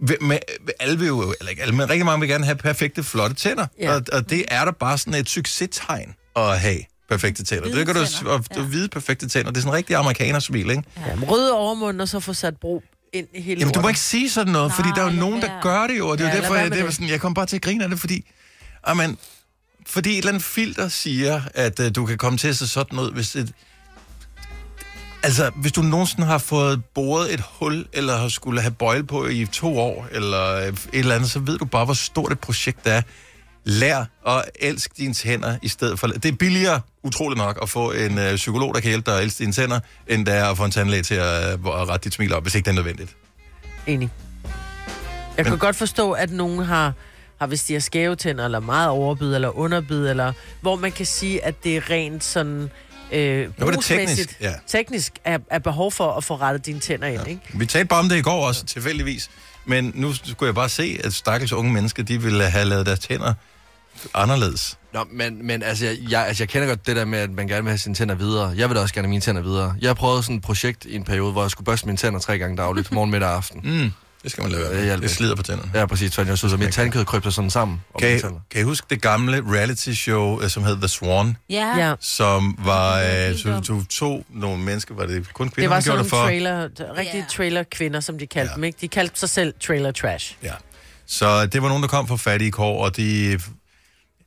vi- med, med- alle vil jo, eller ikke alle, men rigtig mange vil gerne have perfekte, flotte tænder.
Ja.
Ja. Og, og det er der bare sådan et succestegn at have perfekte tænder.
Hvide
Det kan du,
tænder,
og, du
ja.
hvide perfekte tænder. Det er sådan en rigtig amerikanersmil, ikke?
Ja, men rød overmund, og så få sat bro ind i hele
Jamen, du må
lortet.
ikke sige sådan noget, fordi
Nej,
der er jo
lad
nogen, der
være.
gør det jo, og det er jo
Ja, lad
derfor,
være
jeg,
med
det var
det.
sådan, jeg kom bare til at grine af det, fordi, amen, fordi et eller andet filter siger, at uh, du kan komme til at se sådan ud, hvis et, Altså, hvis du nogensinde har fået boret et hul, eller har skulle have bøjle på i to år, eller øh, et eller andet, så ved du bare, hvor stort et projekt det er. Lær at elske dine tænder i stedet for... Det er billigere, utroligt nok, at få en øh, psykolog, der kan hjælpe dig at elske dine tænder, end det er at få en tandlæge til at, øh, at rette dit smil op, hvis ikke det er nødvendigt.
Enig. Jeg kan godt forstå, at nogen har, har, hvis de har skæve tænder, eller meget overbid, eller underbid, eller hvor man kan sige, at det er rent sådan... Øh,
var det
brugsmæssigt-
teknisk, ja.
Teknisk er, er behov for at få rettet dine tænder ind, ja. ikke?
Vi talte bare om det i går også, tilfældigvis. Men nu skulle jeg bare se, at stakkels unge mennesker, de ville have lavet deres tænder anderledes.
Nå, men, men altså, jeg, jeg, altså, jeg kender godt det der med, at man gerne vil have sine tænder videre. Jeg vil da også gerne have mine tænder videre. Jeg prøvede sådan et projekt i en periode, hvor jeg skulle børste mine tænder tre gange dagligt, morgen, middag og aften. Mm.
Det skal man lade
Det
være.
hjælper
Det
ikke.
slider på tænderne.
Ja, præcis. fordi Jeg synes, at mit tandkød krybte sådan sammen. om
Kan I,
mine tænder.
kan I huske det gamle reality-show, øh, som hed The Swan,
Ja.
Ja. ja.
som var øh,
helt
så,
dumt.
to, to nogle mennesker, var det kun kvinder,
Det var
man gjorde
sådan
det
nogle
for?
trailer, rigtige
Ja.
trailer-kvinder, som de kaldte
Ja.
ja. dem, ikke? De kaldte sig selv trailer-trash.
Ja. Så det var nogen, der kom fra fattige kår, og de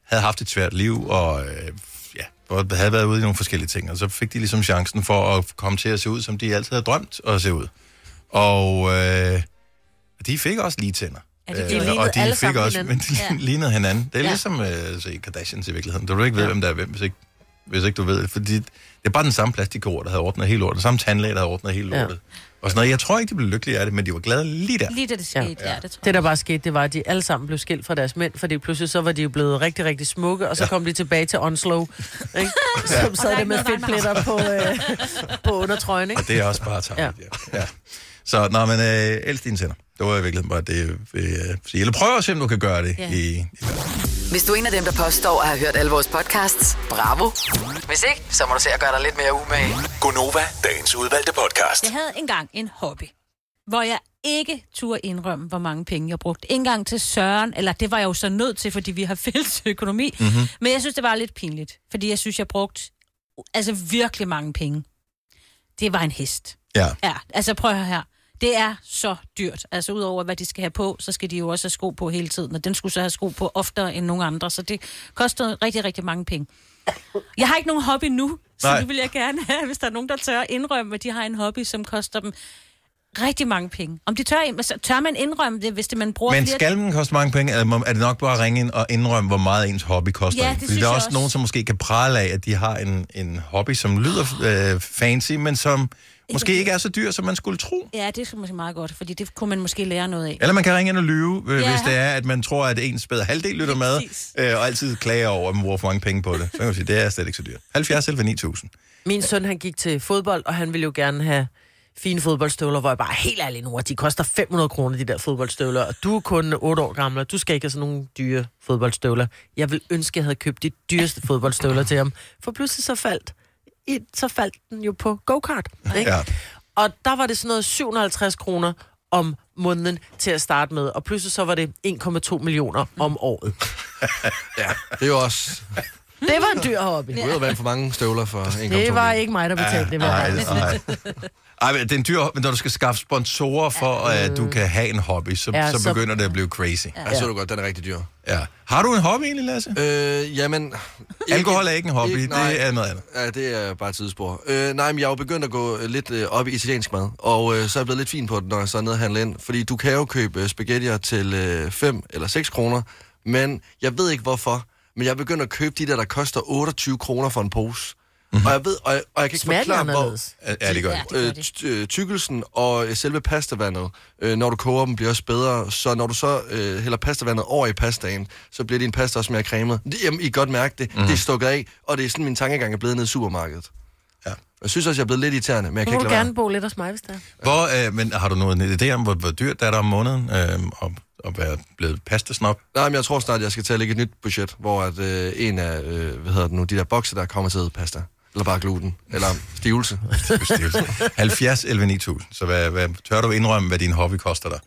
havde haft et svært liv, og øh, ja, og havde været ude i nogle forskellige ting, og så fik de ligesom chancen for at komme til at se ud, som de altid havde drømt at se ud. Og øh, de fik også lige tænder.
Ja, de- de
Øh,
lignede
og de
alle
fik
sammen
også, men
hinanden.
de
Ja.
lignede hinanden. Det er ja.
Ja.
ligesom øh, se Kardashians i virkeligheden. Du vil ikke vide, hvem der er hvem, hvis ikke, hvis ikke du ved det. Fordi det er bare den samme plastikord, der havde ordnet hele lortet. Samme tandlæge, der havde ordnet hele
Ja.
lortet. Og sådan noget. Jeg tror ikke, de blev lykkelige af det, men de var glade lige der.
Lige da det skete, ja, ja det tror jeg.
Det, der bare skete, det var, at de alle sammen blev skilt fra deres mænd, fordi pludselig så var de jo blevet rigtig, rigtig smukke, og så ja. kom de tilbage til Onslow, ikke? som sad
Og der er
der med
ikke noget
fedtpletter på, øh, på undertrøjen. Ikke?
Og det er også bare tarveligt, ja. ja. Så, nå, men øh, elsk dine tænder. Det var i virkeligheden bare det, jeg vil øh, sige. Eller prøv at se, om du kan gøre det.
Ja.
Ja. I, i,
Hvis du er en af dem, der påstår at have hørt alle vores podcasts, bravo. Hvis ikke, så må du se at gøre dig lidt mere umage.
Gonova, dagens udvalgte podcast.
Jeg havde engang en hobby, hvor jeg ikke turde indrømme, hvor mange penge jeg brugte. Ikke engang til Søren, eller det var jeg jo så nødt til, fordi vi har fælles økonomi. Mm-hmm. Men jeg synes, det var lidt pinligt, fordi jeg synes, jeg brugte altså virkelig mange penge. Det var en hest.
ja.
Ja, altså prøv at høre her. Det er så dyrt. Altså udover hvad de skal have på, så skal de jo også have sko på hele tiden. Og den skulle så have sko på oftere end nogen andre. Så det koster rigtig, rigtig mange penge. Jeg har ikke nogen hobby nu, så
Nej.
det vil jeg gerne have, hvis der er nogen, der tør indrømme, at de har en hobby, som koster dem rigtig mange penge. Om de tør, altså, tør man indrømme det, hvis det man bruger
Men
flere...
skal den koste mange penge, eller må- er det nok bare at ringe ind og indrømme, hvor meget ens hobby koster?
Ja,
en?
det
Fordi
synes
der er
jeg
også
også.
nogen, som måske kan prale af, at de har en, en hobby, som lyder øh, fancy, men som måske ikke er så dyr, som man skulle tro.
Ja, det er måske meget godt, fordi det kunne man måske lære noget af.
Eller man kan ringe ind og lyve, øh,
Ja.
hvis det er, at man tror, at ens bedre halvdel lytter med,
Præcis.
øh, og altid klager over, at man bruger for mange penge på det. Så kan man sige, det er slet ikke så dyrt. 70 selv 9000.
Min søn, han gik til fodbold, og han ville jo gerne have fine fodboldstøvler, hvor jeg bare helt ærlig nu, de koster 500 kroner, de der fodboldstøvler, og du er kun 8 år gammel, og du skal ikke have sådan nogle dyre fodboldstøvler. Jeg vil ønske, jeg havde købt de dyreste fodboldstøvler til ham, for pludselig så faldt, i, så faldt den jo på go-kart. Ikke?
Ja.
Og der var det sådan noget 750 kroner om måneden til at starte med, og pludselig så var det 1,2 millioner om året.
Det er jo også...
Det var en dyr hobby.
Du ved jo, hvad for mange støvler for 1,2
Det var
millioner.
ikke mig, der betalte det. vil
Nej,
jeg gerne sige.
nej. Ej, men det er en dyr hobby, men når du skal skaffe sponsorer for, at du kan have en hobby, så,
Ja,
så
så-
begynder det at blive crazy.
Ja, så er du godt, den er rigtig dyr.
Ja. Har du en hobby egentlig, Lasse?
Øh, jamen... ikke-
Alkohol er ikke en hobby,
ikke- nej.
det er noget andet.
Ja, det er bare et tidsspor. Øh, nej, men jeg er jo begyndt at gå øh, lidt øh, op i italiensk mad, og øh, så er jeg blevet lidt fin på det, når jeg så er nede og handler ind. Fordi du kan jo købe øh, spaghettier til øh, 5 eller 6 kroner, men jeg ved ikke hvorfor, men jeg er begyndt at købe de der, der koster 28 kroner for en pose. Mm-hmm. Og jeg ved, og jeg, og jeg kan ikke
Smager de
forklare, hvor,
anderledes?
Ja, det gør det.
Ja.
øh,
gør de.
ty- øh, tykkelsen og øh, selve pastavandet, øh, når du koger dem, bliver også bedre. Så når du så øh, hælder pastavandet over i pastaen, så bliver din pasta også mere cremet. Det, jamen, I kan godt mærke det. Mm.
Mhm.
Det er stukket af, og det er sådan, min tankegang er blevet nede i supermarkedet.
Ja.
Jeg synes også, jeg er blevet lidt irriterende, men jeg
Nu
kan
må
ikke
du
lade være.
gerne bo lidt hos mig, hvis det er.
Hvor, øh, men har du noget en idé om, hvor, hvor dyrt det er der om måneden øh, at, at være blevet pastasnop?
Nej, men jeg tror snart, jeg skal til at lægge et nyt budget, hvor at, øh, en af øh, hvad hedder det nu, de der bokse, der kommer til at hedde pasta. Eller bare gluten. Eller stivelse.
Bestyrelse. 70 11 9000. Så hvad, hvad, tør du indrømme, hvad din hobby koster dig?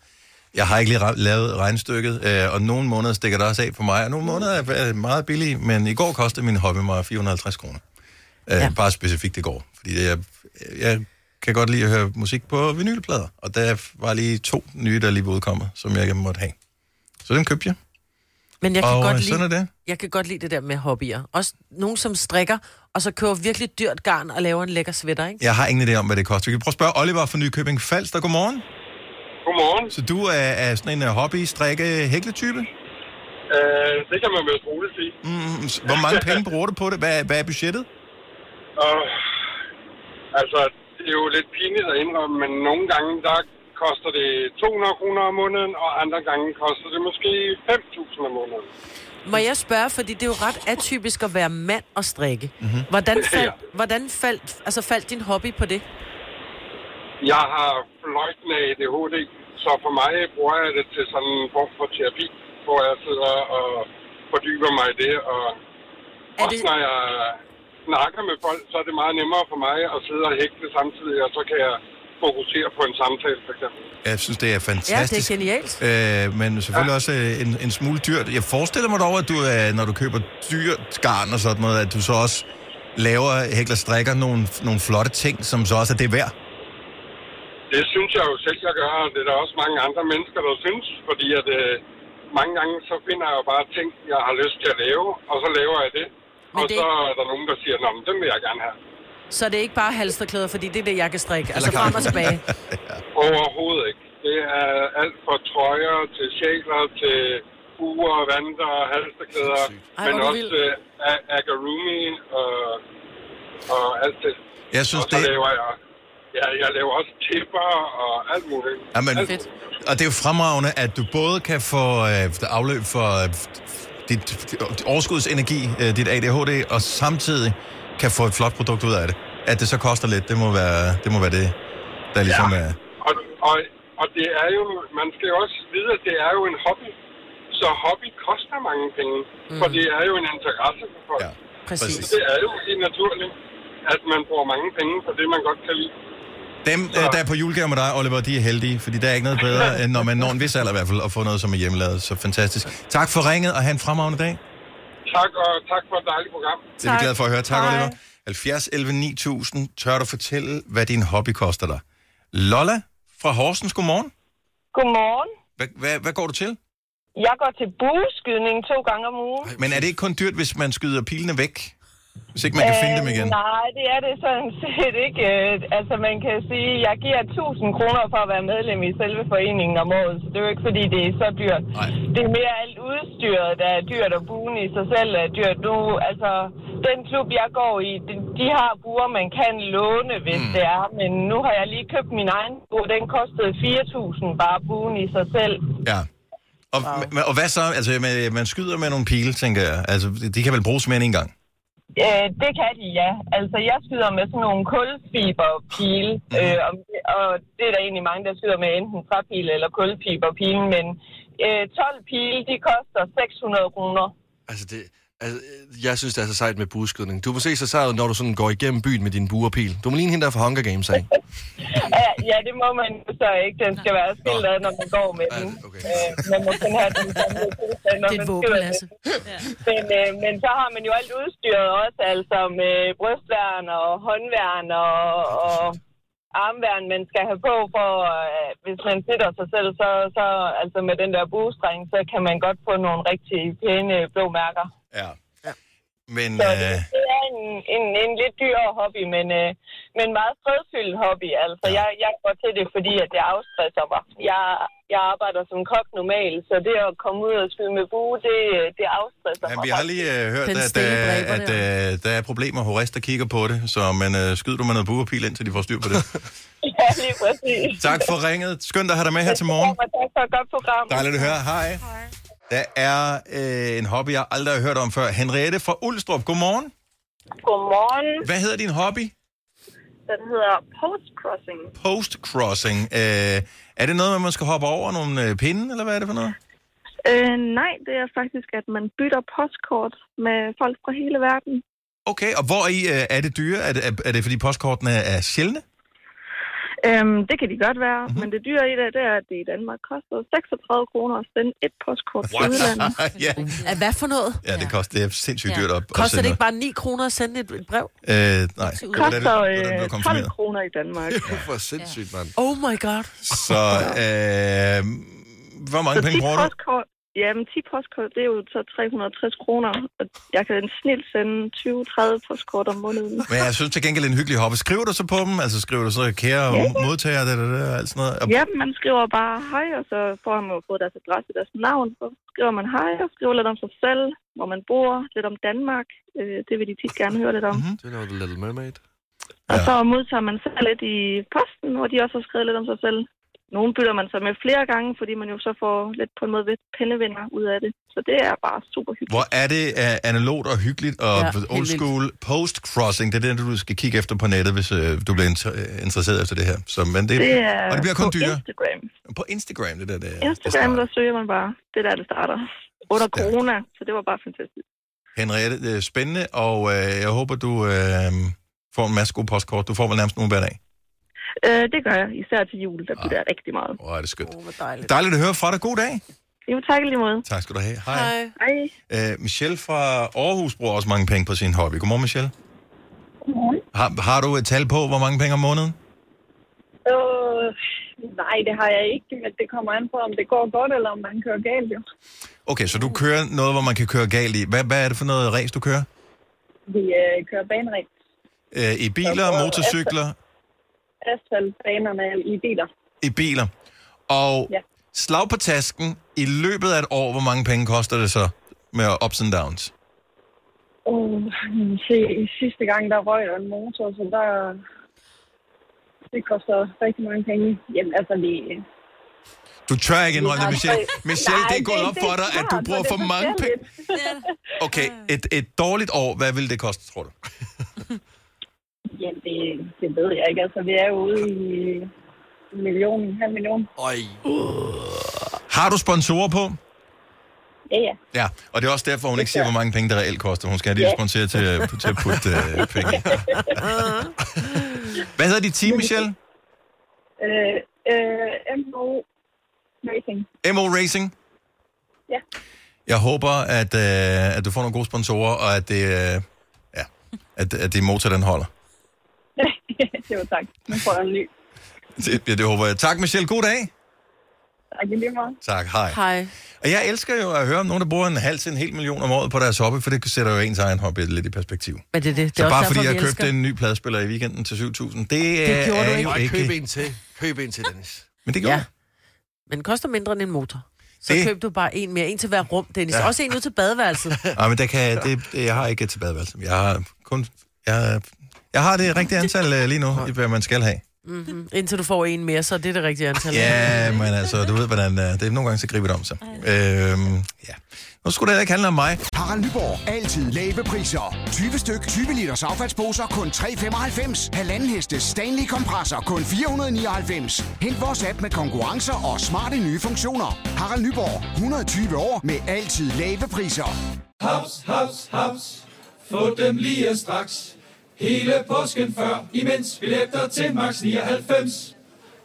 Jeg har ikke lige ra- lavet regnstykket, øh, og nogle måneder stikker der også af for mig, og nogle måneder er- er meget billige, men i går kostede min hobby mig 450 kroner. Øh, ja. Bare specifikt i går, fordi jeg, jeg kan godt lide at høre musik på vinylplader, og der var lige to nye, der lige var udkommet, som jeg måtte have. Så dem købte jeg,
Men jeg kan,
og
godt
øh, sådan er
lide,
det.
jeg kan godt lide det der med hobbyer. Også nogen, som strikker, og så køber virkelig dyrt garn og laver en lækker sweater, ikke?
Jeg har ingen idé om, hvad det koster. Vi kan prøve at spørge Oliver fra Nykøbing Falster. Godmorgen.
Godmorgen.
Så du er, er sådan en øh, hobby strikke hækletype
Øh, det kan man vel bruge det til.
Mm, s- hvor mange penge bruger du på det? Hvad, er- hvad er budgettet?
Og, altså, det er jo lidt pinligt at indrømme, men nogle gange, der koster det 200 kroner om måneden, og andre gange koster det måske 5.000 om måneden.
Må jeg spørge, fordi det er jo ret atypisk at være mand og strikke.
Mhm.
Mm-hmm. Hvordan, fald,
Ja.
hvordan faldt, altså faldt din hobby på det?
Jeg har fløjten af ADHD, så for mig bruger jeg det til sådan en form for terapi, hvor jeg sidder og fordyber mig i det, og
Er
også
det,
når jeg snakker med folk, så er det meget nemmere for mig at sidde og hækle samtidig, og så kan jeg fokusere på en samtale, for eksempel.
Jeg synes, det er
ja, det er
fantastisk.
genialt.
Øh, men selvfølgelig også øh, en, en smule dyrt. Jeg forestiller mig dog, at du, øh, når du køber dyrt garn og sådan noget, at du så også laver, hækler, strikker nogle, nogle flotte ting, som så også er det værd.
Det synes jeg jo selv, jeg gør, og det er der også mange andre mennesker, der synes, fordi at øh, mange gange så finder jeg jo bare ting, jeg har lyst til at lave, og så laver jeg det.
Men
og
det-
så er der nogen, der siger, at den vil jeg gerne have.
Så det er ikke bare halsterklæder, fordi det er det, jeg kan strikke. Altså frem og tilbage.
Overhovedet ikke. Det er alt fra trøjer til sjæler til uger, vanter, halsterklæder,
Ej,
men
hvor er du
også øh, a- agurumi og, og alt det.
Jeg synes,
og så
det,
laver jeg... Ja, jeg laver også tæpper og alt muligt.
Jamen,
alt
Fedt. Og det er jo fremragende, at du både kan få øh, afløb for øh, dit overskudsenergi, øh, dit ADHD, og samtidig kan få et flot produkt ud af det. At det så koster lidt, det må være det, må være det der ligesom ja. er...
Og, og, og det er jo, man skal jo også vide, at det er jo en hobby. Så hobby koster mange penge, mm. for det er jo en interesse for folk. Ja,
præcis.
Så det er jo helt naturligt, at man bruger mange penge på det, man godt kan lide.
Dem, øh, der er på julegave med dig, Oliver, de er heldige, fordi der er ikke noget bedre, end når man når en vis alder i hvert fald, at få noget, som er hjemmelavet. Så fantastisk. Tak for ringet, og have en fremragende dag.
Tak, og tak for et dejligt program.
Det er vi glade for at høre. Tak, Hej. Oliver. 70 11 9000. Tør du fortælle, hvad din hobby koster dig? Lolla fra Horsens, godmorgen.
Godmorgen.
Hvad, hvad, hvad går du til?
Jeg går til bueskydning to gange om ugen.
Men er det ikke kun dyrt, hvis man skyder pilene væk? Hvis ikke man kan finde dem
Øh,
igen?
Nej, det er det sådan set ikke. Øh, Altså, man kan sige, jeg giver 1000 kroner for at være medlem i selve foreningen om året, så det er jo ikke, fordi det er så dyrt. Nej. Det er mere alt udstyret, der er dyrt, og buen i sig selv er dyrt. Nu, altså, den klub, jeg går i, de, de har buer, man kan låne, hvis mm. det er, men nu har jeg lige købt min egen bue, den kostede 4.000, bare buen i sig selv.
Ja. Og, wow. og hvad så? Altså, man, man skyder med nogle pile, tænker jeg. Altså, de kan vel bruges mere end en gang?
Øh, det kan de, ja. Altså, jeg skyder med sådan nogle kulfiberpile, øh, og, og det er der egentlig mange, der skyder med enten træpile eller kulfiberpile, men øh, 12 pile, de koster 600 kroner.
Altså, det, altså, jeg synes, det er så sejt med bueskydning. Du må se så sejt, ud, når du sådan går igennem byen med din buerpil. Du må ligne hende der fra Hunger Games, ikke?
Mhm.
ja, ja, det må man jo så ikke. Den skal være skilt ad, når man går med den. Okay. Øh, man må kun have den samme tilstand, når
Det er et
man
våben,
skyder
Lasse.
men, øh, men så har man jo alt udstyret også, altså med brystværn og håndværn og, og armværn, man skal have på, for øh, hvis man sitter sig selv, så, så altså med den der buestreng, så kan man godt få nogle rigtig pæne blå mærker.
Ja. Men,
Så
øh,
det, det er en, en, en lidt dyrere hobby, men, øh, men meget fredfyldt hobby. Altså, ja. jeg, jeg går til det, fordi at det afstresser mig. Jeg, jeg arbejder som kok normalt, så det at komme ud og skyde med bue, det, øh, det afstresser
men
mig.
vi har lige øh, hørt,
Den
at,
stille
øh,
dræber
at øh, der er problemer. Horest, der kigger på det, så man øh, skyder du med noget buerpil, indtil de får styr på det.
Ja, lige præcis.
tak for ringet. Skønt at have dig med her til morgen.
Tak for et godt program.
Dejligt at høre. Hej. Der er øh, en hobby, jeg aldrig har hørt om før. Henriette fra Ulstrup, godmorgen.
Godmorgen.
Hvad hedder din hobby?
Den hedder Postcrossing.
Postcrossing. Øh, er det noget, med, at man skal hoppe over nogle øh, pinde, eller hvad er det for noget?
Øh, nej, det er faktisk, at man bytter postkort med folk fra hele verden.
Okay, og hvor i øh, er det dyre? Er det, er, er det fordi postkortene er sjældne?
Øhm, det kan de godt være,
Mhm.
mm-hmm. men det dyre i det, det er, at det i Danmark koster 36 kroner at sende et postkort til udlandet.
ja.
Er hvad for noget?
ja, det koster det er sindssygt dyrt op. at
Koster det
sende
ikke bare 9 kroner at sende et, et brev?
noget. Øh, nej.
Til
Det var da det-
Koster
det var da det blev
øh, 12
konfirmeret.
kroner i Danmark.
Hvor sindssygt, mand.
Oh my god.
Så øh, hvor mange
så
penge
10
bruger du?
postkort, jamen 10 postkort, det er jo så 360 kroner, og jeg kan snilt sende 20-30 postkort om måneden.
Men jeg synes til gengæld, det er en hyggelig hobby. Skriver du så på dem? Altså skriver du så kære
Ja.
modtager, det, det, det, og alt sådan noget? Og-
Ja, man skriver bare hej, og så får man jo fået deres adresse, deres navn. Så skriver man hej, og skriver lidt om sig selv, hvor man bor, lidt om Danmark. Øh, det vil de tit gerne høre lidt om.
Mhm.
Mm-hmm.
Det var The Little Mermaid.
Og så modtager man selv lidt i posten, hvor de også har skrevet lidt om sig selv. Nogle bytter man sig med flere gange, fordi man jo så får lidt på en måde ved- pennevenner ud af det. Så det er bare super hyggeligt.
Hvor er det uh, analogt og hyggeligt og
Ja,
ja,
helt
old school post-crossing. Det er det, du skal kigge efter på nettet, hvis uh, du bliver inter- interesseret efter det her. Så, men det,
Det er
og det bliver
på
kun dyrere.
Instagram.
På Instagram, det der. Det, er-
Instagram, der søger man bare. Det er der, det starter. Under corona, så det var bare fantastisk.
Henriette, det er spændende, og uh, jeg håber, du uh, får en masse gode postkort. Du får vel nærmest nogle hver dag.
Øh, det gør jeg, især til jul, der bliver der rigtig meget.
Åh, oh, er det skønt.
Hvor dejligt.
Dejligt at høre fra dig. God dag.
Jo, tak i lige måde.
Tak skal du have. Hej.
Hej. Hej.
Uh, Michelle fra Aarhus bruger også mange penge på sin hobby. Godmorgen, Michelle.
Godmorgen.
Har, har du et tal på, hvor mange penge om måneden?
Øh, nej, det har jeg ikke, men det kommer an på, om det går godt, eller om man kører galt, jo.
Okay, så
Mm.
du kører noget, hvor man kan køre galt i. Hvad, hvad er det for noget race, du kører?
Vi øh, kører baneræk.
Øh, I biler, motorcykler,
Asfaltbanerne er i biler.
i biler. Og
Ja.
slag på tasken, i løbet af et år, hvor mange penge koster det så med ups and downs?
Uh, se, sidste gang, der røg der en motor, så der... det koster rigtig mange penge. Jamen, altså, vi...
Du tør ikke indrømme det,
Nej,
Michelle.
det-
Michelle,
nej,
det er gået
det-
op
det
for
er
dig, at du
klart,
bruger
men det
for
er
mange penge.
forskelligt.
Okay, et, et dårligt år, hvad vil det koste, tror du?
Jamen, det, det ved jeg ikke. Altså, vi er jo ude i en million, en halv million.
Øj.
Har du sponsorer på?
Ja, ja.
Ja, og det er også derfor, hun ikke siger, hvor mange penge, det reelt koster. Hun skal have det
Ja.
sponsoreret til, til at putte øh, penge. i. Hvad hedder dit team, Michelle?
Øh, øh, MO Racing.
MO Racing?
Ja.
Jeg håber, at, øh, at du får nogle gode sponsorer, og at det, øh, ja, at, at det motor, den holder.
det var tak. Nu får jeg en ny.
Det, ja, det håber jeg. Tak, Michelle. God dag.
Tak i lige meget.
Tak. Hej. Og jeg elsker jo at høre om nogen, der bruger en halv til en hel million om året på deres hobby, for det sætter jo ens egen hobby lidt i perspektiv.
Men det er det. det er
Så
også
bare
derfor,
fordi jeg
vi
købte
elsker.
en ny pladespiller i weekenden til 7.000, det,
Det gjorde
er
du ikke.
Øh, jo
Nej,
ikke...
Køb en til. Køb en til, Dennis.
Men det gjorde ja.
Men den koster mindre end en motor. Så
Det-
det... køb du bare en mere. En til hver rum, Dennis.
Ja.
Ja. Også en ud til badeværelset.
Nej, Ah, men der kan, det, det, jeg har ikke et tilbageværelse. Jeg har kun... Jeg, jeg har det rigtige antal øh, lige nu, i hvad man skal have.
mm-hmm. Indtil du får en mere, så er det det rigtige antal.
Ja, men altså, du ved, hvordan det er. Det er nogle gange, så griber det om sig. Øhm, ja. Nu skulle det heller ikke handle om mig.
Harald Nyborg. Altid lave priser. 20 styk, 20 liters affaldsposer kun 3,95. Halvanden heste Stanley kompresser kun 499. Hent vores app med konkurrencer og smarte nye funktioner. Harald Nyborg. 120 år med altid lave priser.
Haps, haps, haps. Få dem lige straks. Hele påsken før, imens vi læfter til max 99.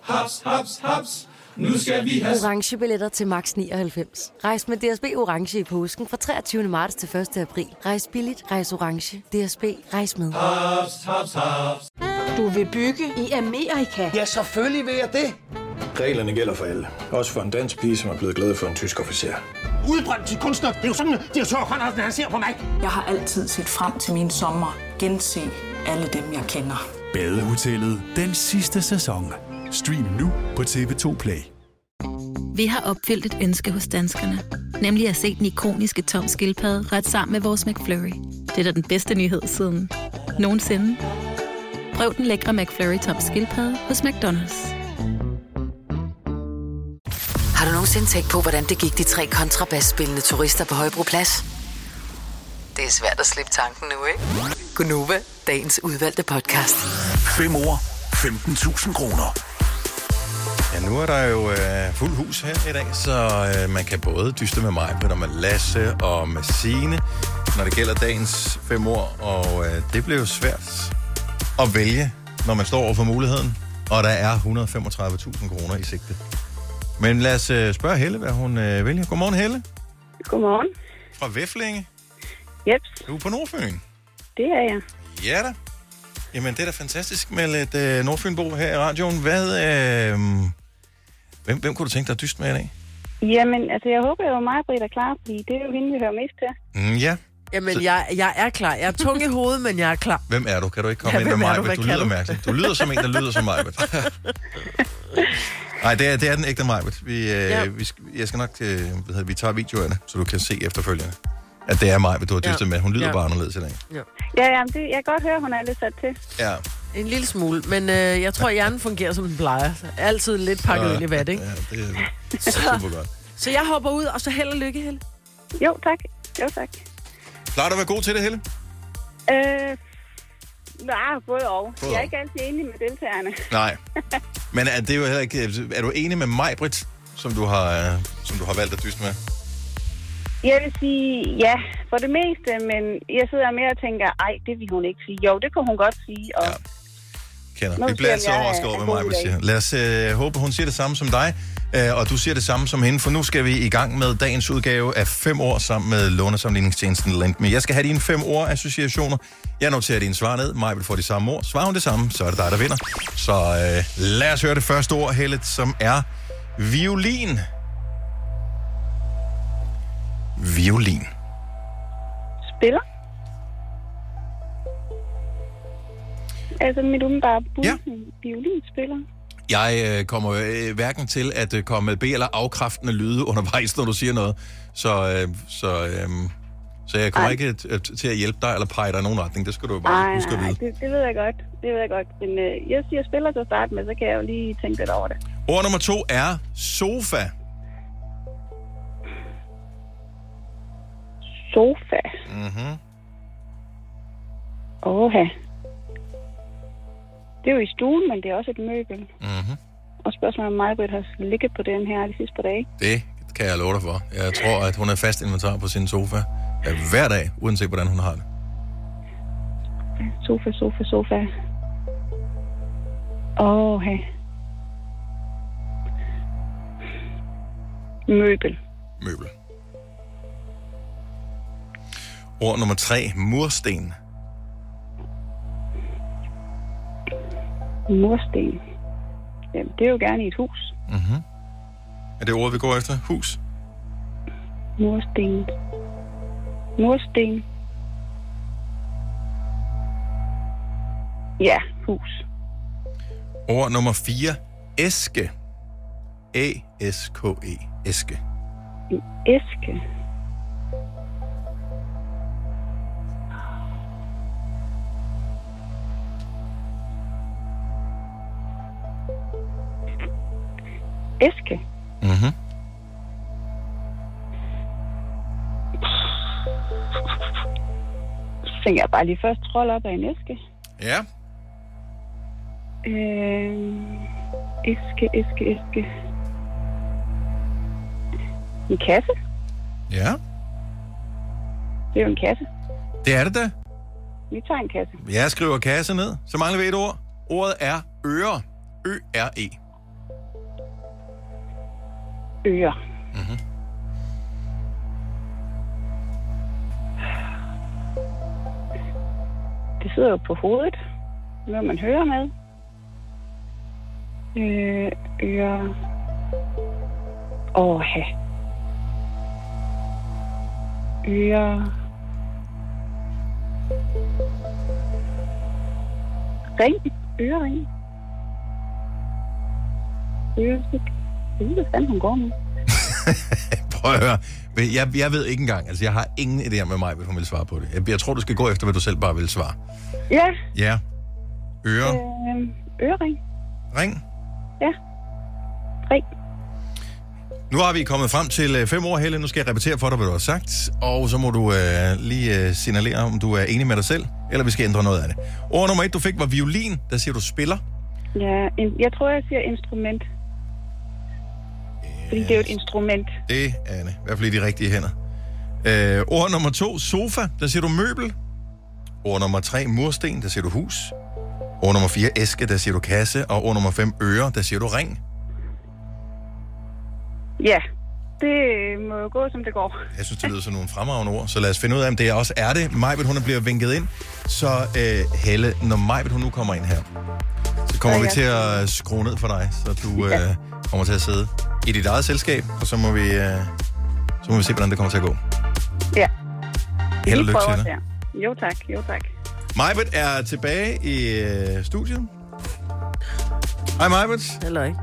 Haps, haps, haps. Nu skal vi have...
orange billetter til max 99. Rejs med DSB orange i påsken fra 23. marts til 1. april. Rejs billigt, rejs orange. DSB rejs med.
Haps, haps, haps.
Du vil bygge i Amerika? Ja, selvfølgelig vil jeg det.
Reglerne gælder for alle. Også for en dansk pige, som er blevet glad for en tysk officer.
Udbrøndt til kunstner. Det er jo sådan, at de har Conradsen, han ser på mig. Jeg har altid set frem til min sommer. Gense alle dem, jeg kender.
Badehotellet den sidste sæson. Stream nu på TV2 Play.
Vi har opfyldt et ønske hos danskerne. Nemlig at se den ikoniske tom skildpadde ret sammen med vores McFlurry. Det er da den bedste nyhed siden nogensinde. Prøv den lækre McFlurry tom skildpadde hos McDonald's.
Har du nogensinde tænkt på, hvordan det gik de tre kontrabasspillende turister på Højbroplads? Det er svært at slippe tanken nu, ikke? Gunova, dagens udvalgte podcast.
5 år, 15.000 kroner.
Ja, nu er der jo øh, fuld hus her i dag, så øh, man kan både dyste med mig, men med Lasse og med Sine, når det gælder dagens fem år, og øh, det bliver jo svært at vælge, når man står over for muligheden, og der er 135.000 kroner i sigte. Men lad os øh, spørge Helle, hvad hun øh, vælger. Godmorgen, Helle.
Godmorgen.
Fra Væflinge.
Jeps,
Du er på Nordfyn.
det er jeg.
Ja da. Jamen, det er da fantastisk med lidt øh, Nordfynbo her i radioen. Hvad, øh, hvem, hvem kunne du tænke dig at dyste med i dag?
Jamen, altså, jeg håber jo, at mig og Britt er klar, fordi det er jo hende, vi hører mest til.
Mm, ja.
Jamen, jeg, jeg er klar. Jeg er tung i hovedet, men jeg er klar.
Hvem er du? Kan du ikke komme
Ja,
ja, ind med
hvem
mig?
er du?
Du,
Hvad
du
kan
lyder
du?
mærkeligt. Du lyder som en, der lyder som mig. Nej, det er, det er den ægte mig. Vi, øh,
Ja.
ja. vi skal, jeg skal nok... Øh, hvad hedder, det, vi tager videoerne, så du kan se efterfølgende, at det er mig, du har
Ja.
dystet ja. med. Hun lyder
Ja.
ja. bare anderledes i dag.
Ja, jamen, det, jeg kan godt høre, hun er lidt sat til.
Ja.
En lille smule, men øh, jeg tror, hjernen fungerer som den plejer. Altid lidt pakket
Så-
ind i vat, ikke?
Ja, det er
Så-
super godt.
Så jeg hopper ud, og så held og lykke, Helle.
Jo, tak. Jo, tak.
Plejer du at være god til det, Helle?
Øh, nej, både og.
Både
jeg er
og.
ikke altid enig med deltagerne.
Nej. Men er, det er jo heller ikke... Er du enig med mig, Britt, som du har, øh, som du har valgt at dyste med?
Jeg vil sige ja, for det meste, men jeg sidder mere og tænker, ej, det vil hun ikke sige. Jo, det kunne hun godt sige, og ja.
kender.
Nå,
Vi bliver altid
siger jeg,
overrasket
jeg
over,
er
hvad
god
mig
i
siger. Lad os øh, håbe, hun siger det samme som dig, øh, og du siger det samme som hende, for nu skal vi i gang med dagens udgave af 5 år sammen med lånesamligningstjenesten Lendme. Jeg skal have dine 5 ord associationer. Jeg noterer dine svar ned. Maj vil få de samme ord. Svarer hun det samme, så er det dig, der vinder. Så øh, lad os høre det første ord, Helle, som er violin. Violin.
spiller. Altså, mit umiddelbare bud, ja. violinspiller.
Jeg øh, kommer øh, hverken til at øh, komme med B- eller afkræftende lyde undervejs, når du siger noget. Så, øh, så øh, Så jeg kommer ikke t- t- til at hjælpe dig eller pege dig i nogen retning. Det skal du jo bare
Ej,
huske at
nej,
vide.
det, det ved jeg godt. Det ved jeg godt. Men øh, jeg siger spiller til at starte med, så kan jeg jo lige tænke lidt over det.
Ord nummer to er sofa.
Sofa.
Mm-hmm.
Åha. Det er jo i stuen, men det er også et møbel.
Mm-hmm.
Og spørgsmålet om mig, har ligget på den her de sidste par dage.
Det kan jeg love dig for. Jeg tror, at hun er fast inventar på sin sofa ja, hver dag, uanset hvordan hun har det.
Sofa, sofa, sofa. Åha. Møbel.
Møbel. Ord nummer tre, mursten.
Mursten. Jamen, det er jo gerne i et hus.
Mm-hmm. Er det ordet, vi går efter? Hus.
Mursten. Mursten. Ja, hus.
Ord nummer 4. Æske. A-S-K-E. E. Æske.
En æske. Æske.
Mm-hmm.
Så tænker jeg bare lige først trold op af en æske.
Ja.
Øh, æske, æske, æske. En kasse.
Ja.
Det er jo en kasse.
Det er det da.
Vi tager en kasse.
Jeg skriver kasse ned. Så mangler vi et ord. Ordet er øre. Ø-R-E.
Øer.
Mhm.
Det sidder jo på hovedet. Når man hører med. Øh, ører. Åh, ja. Ører. Ring. Ørering. Øresik. Jeg ved, hvad fanden hun går med.
Prøv at høre. Ved- Jeg, jeg ved ikke engang. Altså, jeg har ingen idé med mig, hvis hun vil svare på det. Jeg, jeg tror, du skal gå efter, hvad du selv bare vil svare.
Ja,
Ja. Øre.
øh,
Øhm,
ørering.
Ring.
Ja.
Nu har vi kommet frem til øh, fem år, Helle. Nu skal jeg repetere for dig, hvad du har sagt. Og så må du øh, lige øh, signalere, om du er enig med dig selv, eller vi skal ændre noget af det. Ord nummer et, du fik, var violin. Der siger du spiller.
Ja, en, jeg tror, jeg siger instrument. Fordi det er jo et instrument.
Det er det. I hvert fald i de rigtige hænder. Øh, ord nummer to, sofa. Der siger du møbel. Ord nummer tre, mursten. Der siger du hus. Ord nummer fire, æske. Der siger du kasse. Og ord nummer fem, øre. Der siger du ring.
Ja, det øh, må jo gå, som det går.
Jeg synes, det lyder som nogle fremragende ord, så lad os finde ud af, om det også er det. Majbet, hun bliver vinket ind. Så øh, Helle, når Majbet, hun nu kommer ind her, så kommer
Ja,
vi
ja.
til at skrue ned for dig, så du øh, kommer til at sidde i dit eget selskab, og så må vi, øh, så må vi se, hvordan det kommer til at gå.
Ja.
Held
Vi
og lykke
prøver
til dig.
der. Jo tak, jo tak.
Majbet er tilbage i øh, studiet. Hej Majbet.
Heller ikke.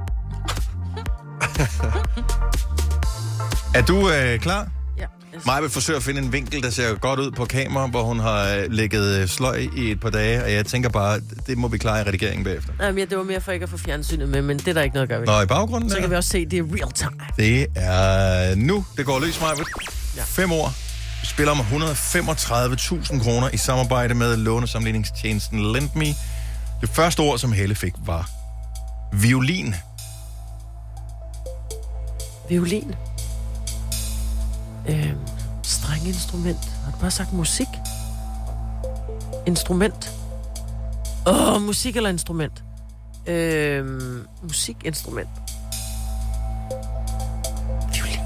Er du øh, klar?
Ja.
Maja vil forsøge at finde en vinkel, der ser godt ud på kamera, hvor hun har øh, lægget øh, sløj i et par dage, og jeg tænker bare, det må vi klare i redigeringen bagefter.
Jamen, ja, det var mere for ikke at få fjernsynet med, men det er der ikke noget at gøre ved.
Nå, i baggrunden
Så
der?
kan vi også se, at det er real time.
Det er nu, det går løs, Maja. Ja. Fem år. Vi spiller om 135.000 kroner i samarbejde med lånesamligningstjenesten LendMe. Det første ord, som Helle fik, var violin.
Violin. Øh, strenginstrument. Har du bare sagt musik? Instrument. Åh, oh, musik eller instrument? Øh, musikinstrument. Violin.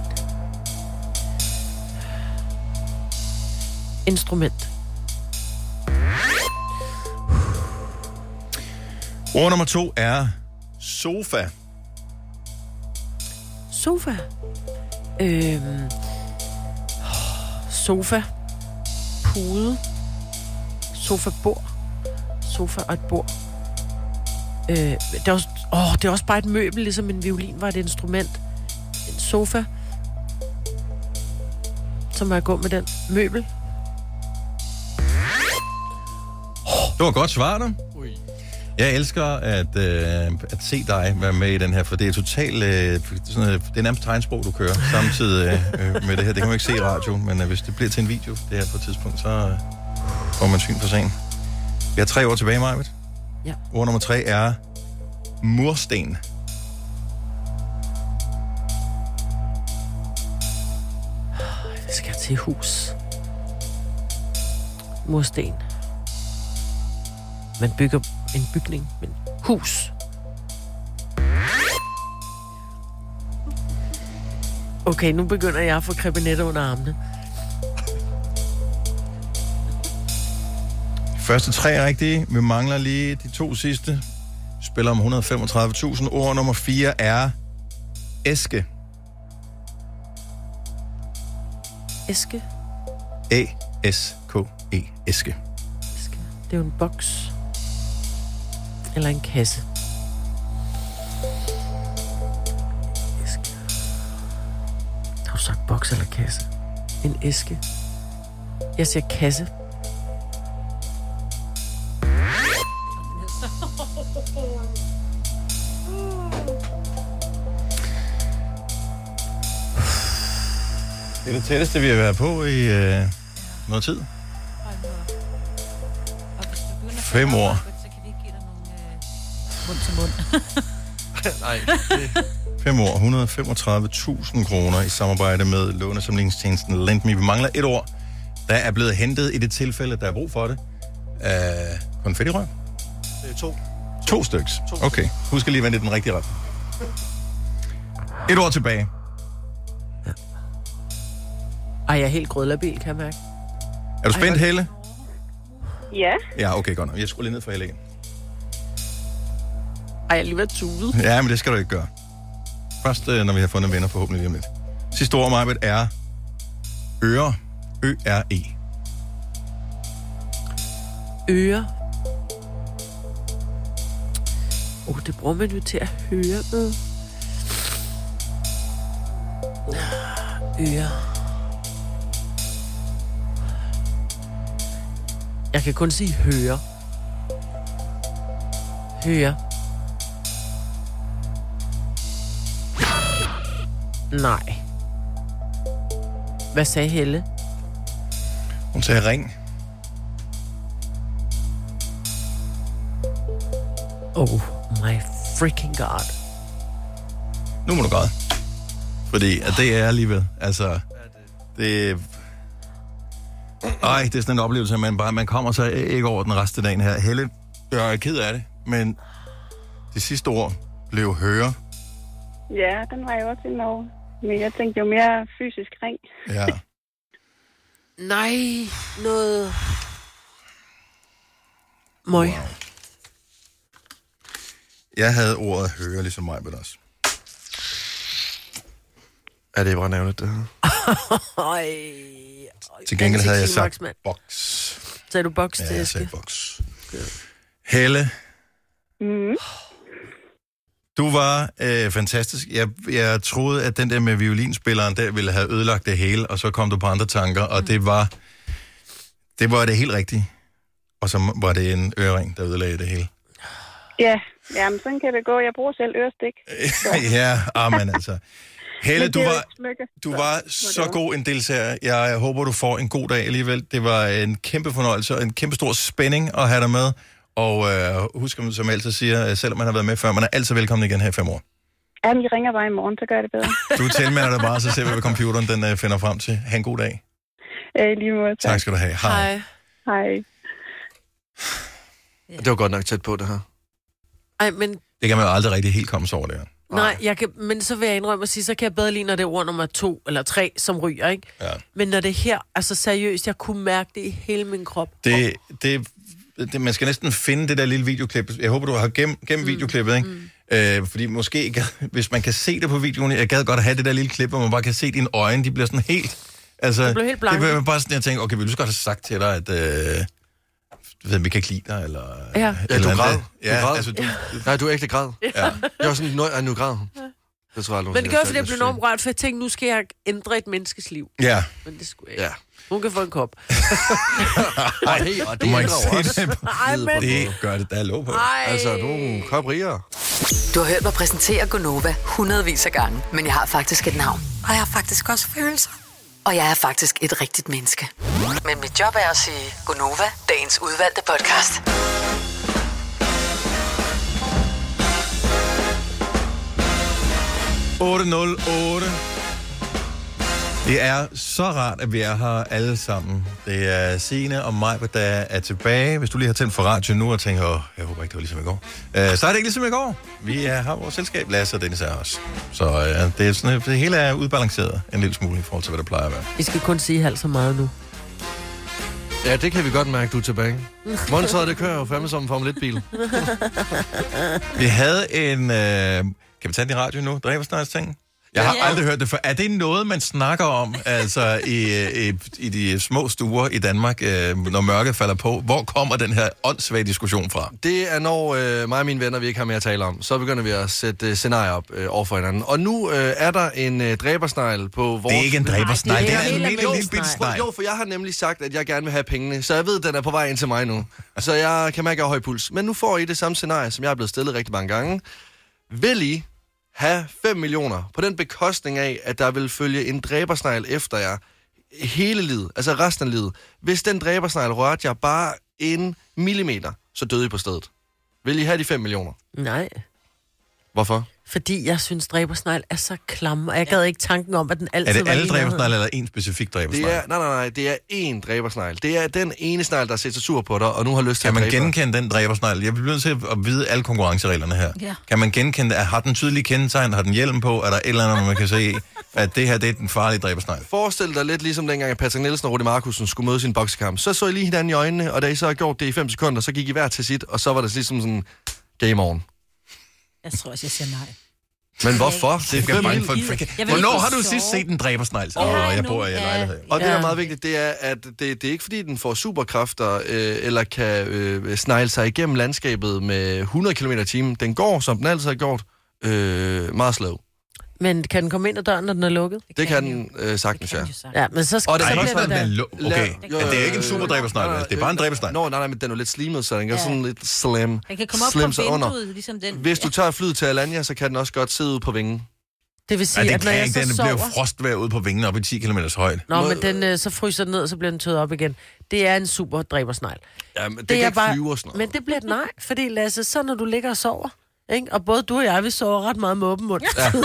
Instrument.
Ord nummer to er sofa.
Sofa. Øh, sofa. Pude. Sofa-bord. Sofa og et bord. Øh, det, er også, åh, det er også bare et møbel, ligesom en violin var et instrument. En sofa. Så må jeg gå med den. Møbel.
Det var godt svar, du. Jeg elsker at, øh, at se dig være med i den her, for det er totalt... Øh, sådan, øh, det er nærmest tegnsprog, du kører samtidig øh, øh, med det her. Det kan man ikke se i radioen, men øh, hvis det bliver til en video, det her på et tidspunkt, så øh, får man syn for sagen. Vi har tre ord tilbage, Marvitt.
Ja.
Ord nummer tre er mursten.
Det skal til hus. Mursten. Man bygger en bygning, men hus. Okay, nu begynder jeg at få krebinetter under armene.
Første tre er rigtige. Vi mangler lige de to sidste. Spiller om 135.000. Ord nummer 4 er æske.
Æske.
A-S-K-E. E. Æske.
Det er jo en boks. Eller en kasse. Æske. Har du sagt boks eller kasse? En æske. Jeg siger kasse.
Det er det tætteste, vi har været på i øh, noget tid. Fem år.
Mund til mund.
Nej.
Fem år, 135.000 kroner i samarbejde med lånesamlingstjenesten Lendme. Vi mangler et ord, der er blevet hentet i det tilfælde, der er brug for det. Uh, konfettirør?
Øh, to.
To styks. Okay, husk at lige vente i den rigtige ret. Et ord tilbage.
Ej, jeg er helt grødlabil, kan jeg mærke.
Er du spændt,
hvor-
Helle?
Ja.
Ja, okay, godt nok. Jeg skulle lige ned for Helle igen.
Ej, jeg er lige ved at tude.
Ja, men det skal du ikke gøre. Først, øh, når vi har fundet venner forhåbentlig lige om lidt. Sidste ord, Marbet, er øre. E. Ø-R-E.
Øre. Åh, oh, det bruger man jo til at høre med. Ah, Øre. Jeg kan kun sige høre. Høre. Nej. Hvad sagde Helle?
Hun sagde ring.
Oh my freaking god.
Nu må du græde. Fordi at det er alligevel, altså... Det... Ej, det er sådan en oplevelse, at man, bare, man kommer sig ikke over den resten af dagen her. Helle, jeg er ked af det, men det sidste ord blev høre.
Ja, den var jeg også inde over. Men jeg tænkte jo mere fysisk ring.
Ja.
Nej, noget... Møg. Wow.
Jeg havde ordet høre, ligesom mig, men også.
Ja, det er bare nævnet, det her.
Øj.
Til gengæld havde jeg sagt
boks. Sagde du boks
Ja,
til
jeg
Eske?
sagde boks. Helle,
Mm.
Du var øh, fantastisk. Jeg, jeg troede, at den der med violinspilleren, der ville have ødelagt det hele, og så kom du på andre tanker, og
Mm.
det var det var det helt rigtige. Og så var det en ørering, der ødelagde det hele.
Ja, jamen sådan kan det gå. Jeg bruger selv ørestik.
ja, amen altså. Helle,
Men
du
det er jo
var,
et smykke,
du
så
var
må
så
det være.
god en deltager. Jeg, jeg håber, du får en god dag alligevel. Det var en kæmpe fornøjelse og en kæmpe stor spænding at have dig med. Og øh, husk, som jeg altid siger, øh, selvom man har været med før, man er altid velkommen igen her i fem år.
Jamen, I ringer bare i morgen, så gør jeg det bedre.
Du tilmelder dig bare, så ser vi, hvad computeren den øh, finder frem til. Ha' en god dag.
Øh, i lige måde.
Tak skal du have. Hej. Hej.
Hej.
Det var godt nok tæt på, det her.
Ej, men
Det kan man jo aldrig rigtig helt komme sig over, det her.
nej, jeg kan, men så vil jeg indrømme at sige, så kan jeg bedre lide, når det er ord nummer to eller tre, som ryger, ikke?
Ja.
Men når det er her, altså seriøst, jeg kunne mærke det i hele min krop.
Det, det, det, man skal næsten finde det der lille videoklip. Jeg håber, du har gem, gem mm. videoklippet, ikke? Mm. Øh, fordi måske, gad- hvis man kan se det på videoen, jeg gad godt at have det der lille klip, hvor man bare kan se dine øjne, de bliver sådan helt... Altså,
De blev helt blanke.
Det bliver bare sådan, jeg tænker, okay, vi ville så godt have sagt til dig, at... Øh, du ved, vi kan ikke lide dig, eller...
Ja.
Ja,
eller
du
andet.
græd.
Ja,
du græd.
altså, du,
Nej, du er ægte græd.
Ja.
Jeg var sådan, nøj, nu græd hun. Det tror jeg aldrig, hun
Men det
siger.
gjorde, fordi jeg blev enormt rørt, for jeg tænkte, nu skal jeg ændre et menneskes liv.
Ja.
Men det skulle jeg
Ja.
ikke. Hun kan få en kop.
Ej, hey, og
Du
det
må
er
ikke
der jo
sige
også.
det.
Ej, men-
Det gør det, der er lov på.
Ej.
Altså, du er en kop rigere.
Du har hørt mig præsentere Gonova hundredvis af gange, men jeg har faktisk et navn.
Og jeg har faktisk også følelser.
Og jeg er faktisk et rigtigt menneske. Men mit job er at sige Gonova, dagens udvalgte podcast.
Ej. 808. Det er så rart, at vi er her alle sammen. Det er Signe og mig, der er tilbage. Hvis du lige har tændt for radio nu og tænker, Åh, jeg håber ikke, det var ligesom i går. Øh, så er det ikke ligesom i går. Vi er, har vores selskab, Lasse og Dennis er os. Så øh, det, er sådan, det hele er udbalanceret en lille smule i forhold til, hvad der plejer at være.
Vi skal kun sige halvt så meget nu.
Ja, det kan vi godt mærke, du er tilbage. Monster, det kører jo fandme som en Formel 1-bil.
Vi havde en... Øh, kan vi tage den i radio nu? Dræbersnars ting? Jeg har
Ja.
aldrig hørt det før. Er det noget, man snakker om altså i, øh, i, i de små stuer i Danmark, øh, når mørket falder på? Hvor kommer den her åndssvage diskussion fra?
Det er når øh, mig og mine venner, vi ikke har mere at tale om, så begynder vi at sætte øh, scenarier op øh, over for hinanden. Og nu øh, er der en øh, dræbersnegl på vores...
Det er ikke en dræbersnegl, Nej, det er det er en en lille, lille, lille bitte snegl.
Jo, for jeg har nemlig sagt, at jeg gerne vil have pengene, så jeg ved, at den er på vej ind til mig nu. Så jeg kan mærke, at jeg har høj puls. Men nu får I det samme scenarie, som jeg er blevet stillet rigtig mange gange. Vil I have 5 millioner på den bekostning af, at der vil følge en dræbersnegl efter jer hele livet, altså resten af livet. Hvis den dræbersnegl rørte jer bare en millimeter, så døde I på stedet. Vil I have de 5 millioner?
Nej.
Hvorfor?
Fordi jeg synes, dræbersnegl er så klam, og jeg gad ikke tanken om, at den altid
Er det
var
alle
i nærheden.
dræbersnegle, eller en specifik dræbersnegle?
Det er, nej, nej, nej, det er én dræbersnegl. Det er den ene snegl, der har set sig sur på dig, og nu har lyst til
Kan
at
man
dræbe dig.
genkende den dræbersnegle? Jeg bliver nødt til at vide alle konkurrencereglerne her.
Ja.
Kan man genkende, at har den tydelige kendetegn, har den hjelm på, er der et eller andet, man kan se, at det her det er den farlige dræbersnegle?
Forestil dig lidt ligesom dengang, at Patrick Nielsen og Rudi Markusen skulle møde sin boksekamp. Så så I lige hinanden i øjnene, og da I så har gjort det i 5 sekunder, så gik I hver til sit, og så var det ligesom sådan game on.
Jeg tror også, jeg siger nej.
Men hvorfor?
Det er jeg bange for.
Jeg vil ikke kunne
Hvornår har du
sove.
sidst set en dræbersnegle?
Jeg har
Åh, jeg
ikke
bor i
nogen-
en
ja.
lejlighed.
Og det, der
Ja.
er meget vigtigt, det er, at det, det er ikke fordi, den får superkræfter, øh, eller kan øh, snegle sig igennem landskabet med 100 km i timen. Den går, som den altid har gjort, øh, meget slow.
Men kan den komme ind ad døren, når den er lukket?
Det kan den øh, sagtens, ja.
Ja, men så,
Og
skal
den
så
er også
bliver det
sådan,
der.
den
lo-
La-
okay.
jo,
Men det er
jo,
ikke en
jo,
super
jo,
dræbersnegl,
jo,
altså. Det er
jo,
bare en
jo,
dræbersnegl.
Nå, nej, nej, men den er lidt slimet, så den kan
Ja.
sådan lidt slam.
Den kan komme op
slam
på
sig under.
vinduet, ligesom den.
Hvis du tager flyet til Alanya, så kan den også godt sidde ude på vingen.
Det vil sige,
Ja,
at
det
når
kan
jeg
ikke.
så
Den bliver
sover...
frostvær ude på vingen op i 10 km højde.
Nå, men den, øh, så fryser den ned, og så bliver den tøet op igen. Det er en super dræbersnegl.
Ja, men det,
er
kan ikke
bare-
flyve og sådan noget.
Men det bliver et nej, fordi Lasse, så når du ligger og sover, ikke? og både du og jeg, vi sover ret meget med åben mund, ja.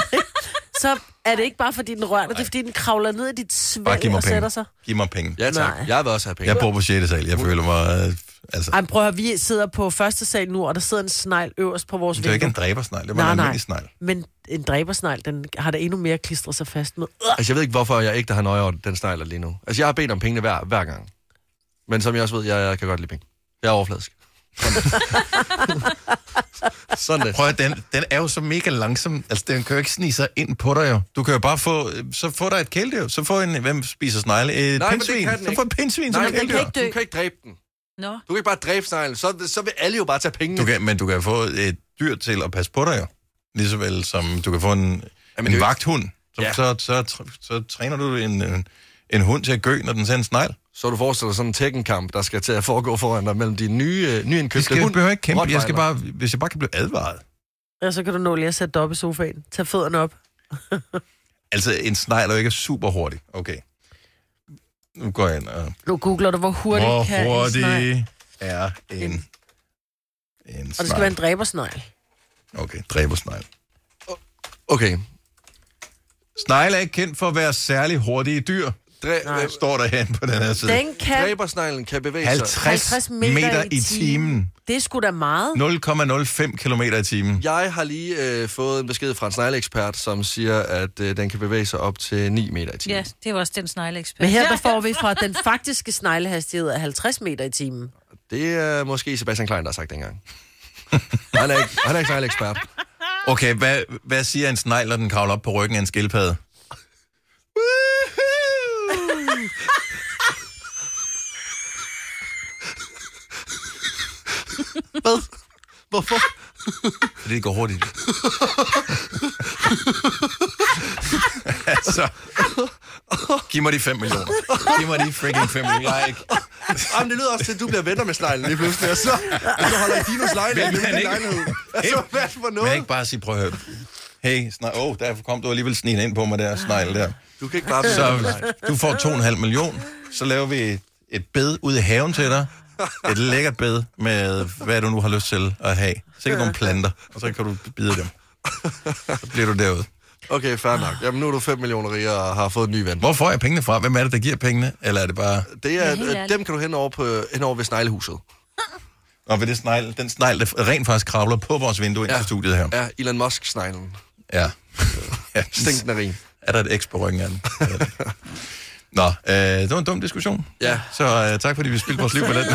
så er det ikke bare fordi den rører dig, det er fordi den kravler ned i dit
Bare giv
svæl
mig
og sætter
penge.
sig.
Giv mig penge.
Ja, tak.
Nej.
Jeg vil også have penge.
Jeg bor på 6. sal. Jeg føler mig... øh, Altså,
Ej, men prøv at høre, vi sidder på første sal nu, og der sidder en snegl øverst på vores
det er jo
vindue.
ikke en dræbersnegl. Det var en almindelig snegl.
Men en dræbersnegl, den har der endnu mere klistret sig fast med. øh,
Altså, jeg ved ikke, hvorfor jeg ikke der har nøje over den snegler lige nu. Altså, jeg har bedt om pengene hver, hver gang. Men som jeg også ved, jeg, jeg kan godt lide penge. Jeg er overfladisk. Sådan det.
Prøv at, den, den er jo så mega langsom. Altså, den kan jo ikke snige sig ind på dig jo. Du kan jo bare få... øh, Så få dig et kæledyr. Så få en... Hvem spiser snegle? Et
Nej, men det
pindsvin.
kan den
Så
ikke.
få et
Nej,
pindsvin som
men den
kæledyr.
kan ikke dø. Du kan ikke dræbe den.
Nå.
Du kan ikke bare dræbe sneglen. Så, så vil alle jo bare tage pengene.
Du kan, men du kan få et dyr til at passe på dig jo. Ligesåvel som du kan få en,
det er
Jamen,
jo
en
ikke-
vagthund. Så,
Ja.
ja. så, så, tr- så, træner du en, en, en hund til at gø, når den ser en snegl.
Så du forestiller dig sådan en tækkenkamp, der skal til at foregå foran dig mellem de nye, øh,
Jeg
nyindkøbte
skal, jeg behøver ikke kæmpe. Jeg skal
Rottweiler.
bare, hvis jeg bare kan blive advaret.
Og så kan du nå lige at sætte dig op i sofaen. Tag fødderne op.
Altså, en snegl er jo ikke super hurtig. Okay. Nu går jeg ind og...
Nu googler du, hvor hurtigt
Hvor
kan en snegl.
hurtig er en, en snegl?
Og det skal være en dræbersnegl.
Okay, dræbersnegl.
Okay.
Snegle er ikke kendt for at være særlig hurtige dyr.
Dræ- Nej.
Står der herinde på den her side.
Den kan...
Dræbersneglen kan bevæge sig.
50 meter i timen.
Det er sgu da meget.
0,05 km i timen.
Jeg har lige øh, fået en besked fra en snegleekspert, som siger, at øh, den kan bevæge sig op til 9 meter i timen.
Ja, det var også den snegleekspert.
Men her der får vi fra, at den faktiske sneglehastighed er 50 meter i timen.
Det er måske Sebastian Klein, der har sagt dengang. han er ikke, han er ikke snegleekspert.
Okay, hvad, hvad siger en snegl, når den kravler op på ryggen af en skildpadde?
Hvad? Hvorfor?
Fordi det går hurtigt. Altså, Giv mig de 5 millioner. Giv mig de freaking 5 millioner. Jeg er ikke.
Jamen, det lyder også til, at du bliver venner med sneglen lige pludselig, og så, så holder I Dinos lejlighed.
Vil han
Vil
ikke?
lejlighed. Altså, hvad for
Vil jeg
noget?
ikke bare sige, prøv at høre. Hey, snegl. Åh, oh, der kom du alligevel snigende ind på mig der, snegl der.
Du kan ikke bare blive venner med
Så
sneglen.
du får 2,5 million, så laver vi et bed ud i haven til dig. Et lækkert bed med, hvad du nu har lyst til at have. Sikkert nogle planter, og så kan du bide dem. Så bliver du derude.
Okay, fair nok. Jamen, nu er du 5 millioner rigere og har fået en ny ven.
Hvor får jeg pengene fra? Hvem er det, der giver pengene? Eller er det bare...
Det
Ja,
er,
helt ærligt.
dem kan du hen over, på, hen over ved sneglehuset.
Og ved det snegl, den snegl, der rent faktisk kravler på vores vindue ind ja. til studiet her.
Ja, Elon Musk-sneglen.
Ja. ja.
Stinkende rim.
Er der et X på ryggen af den? Jeg ved det ikke. Nå, øh, det var en dum diskussion. Ja. Så øh, tak, fordi vi spildte vores liv på den.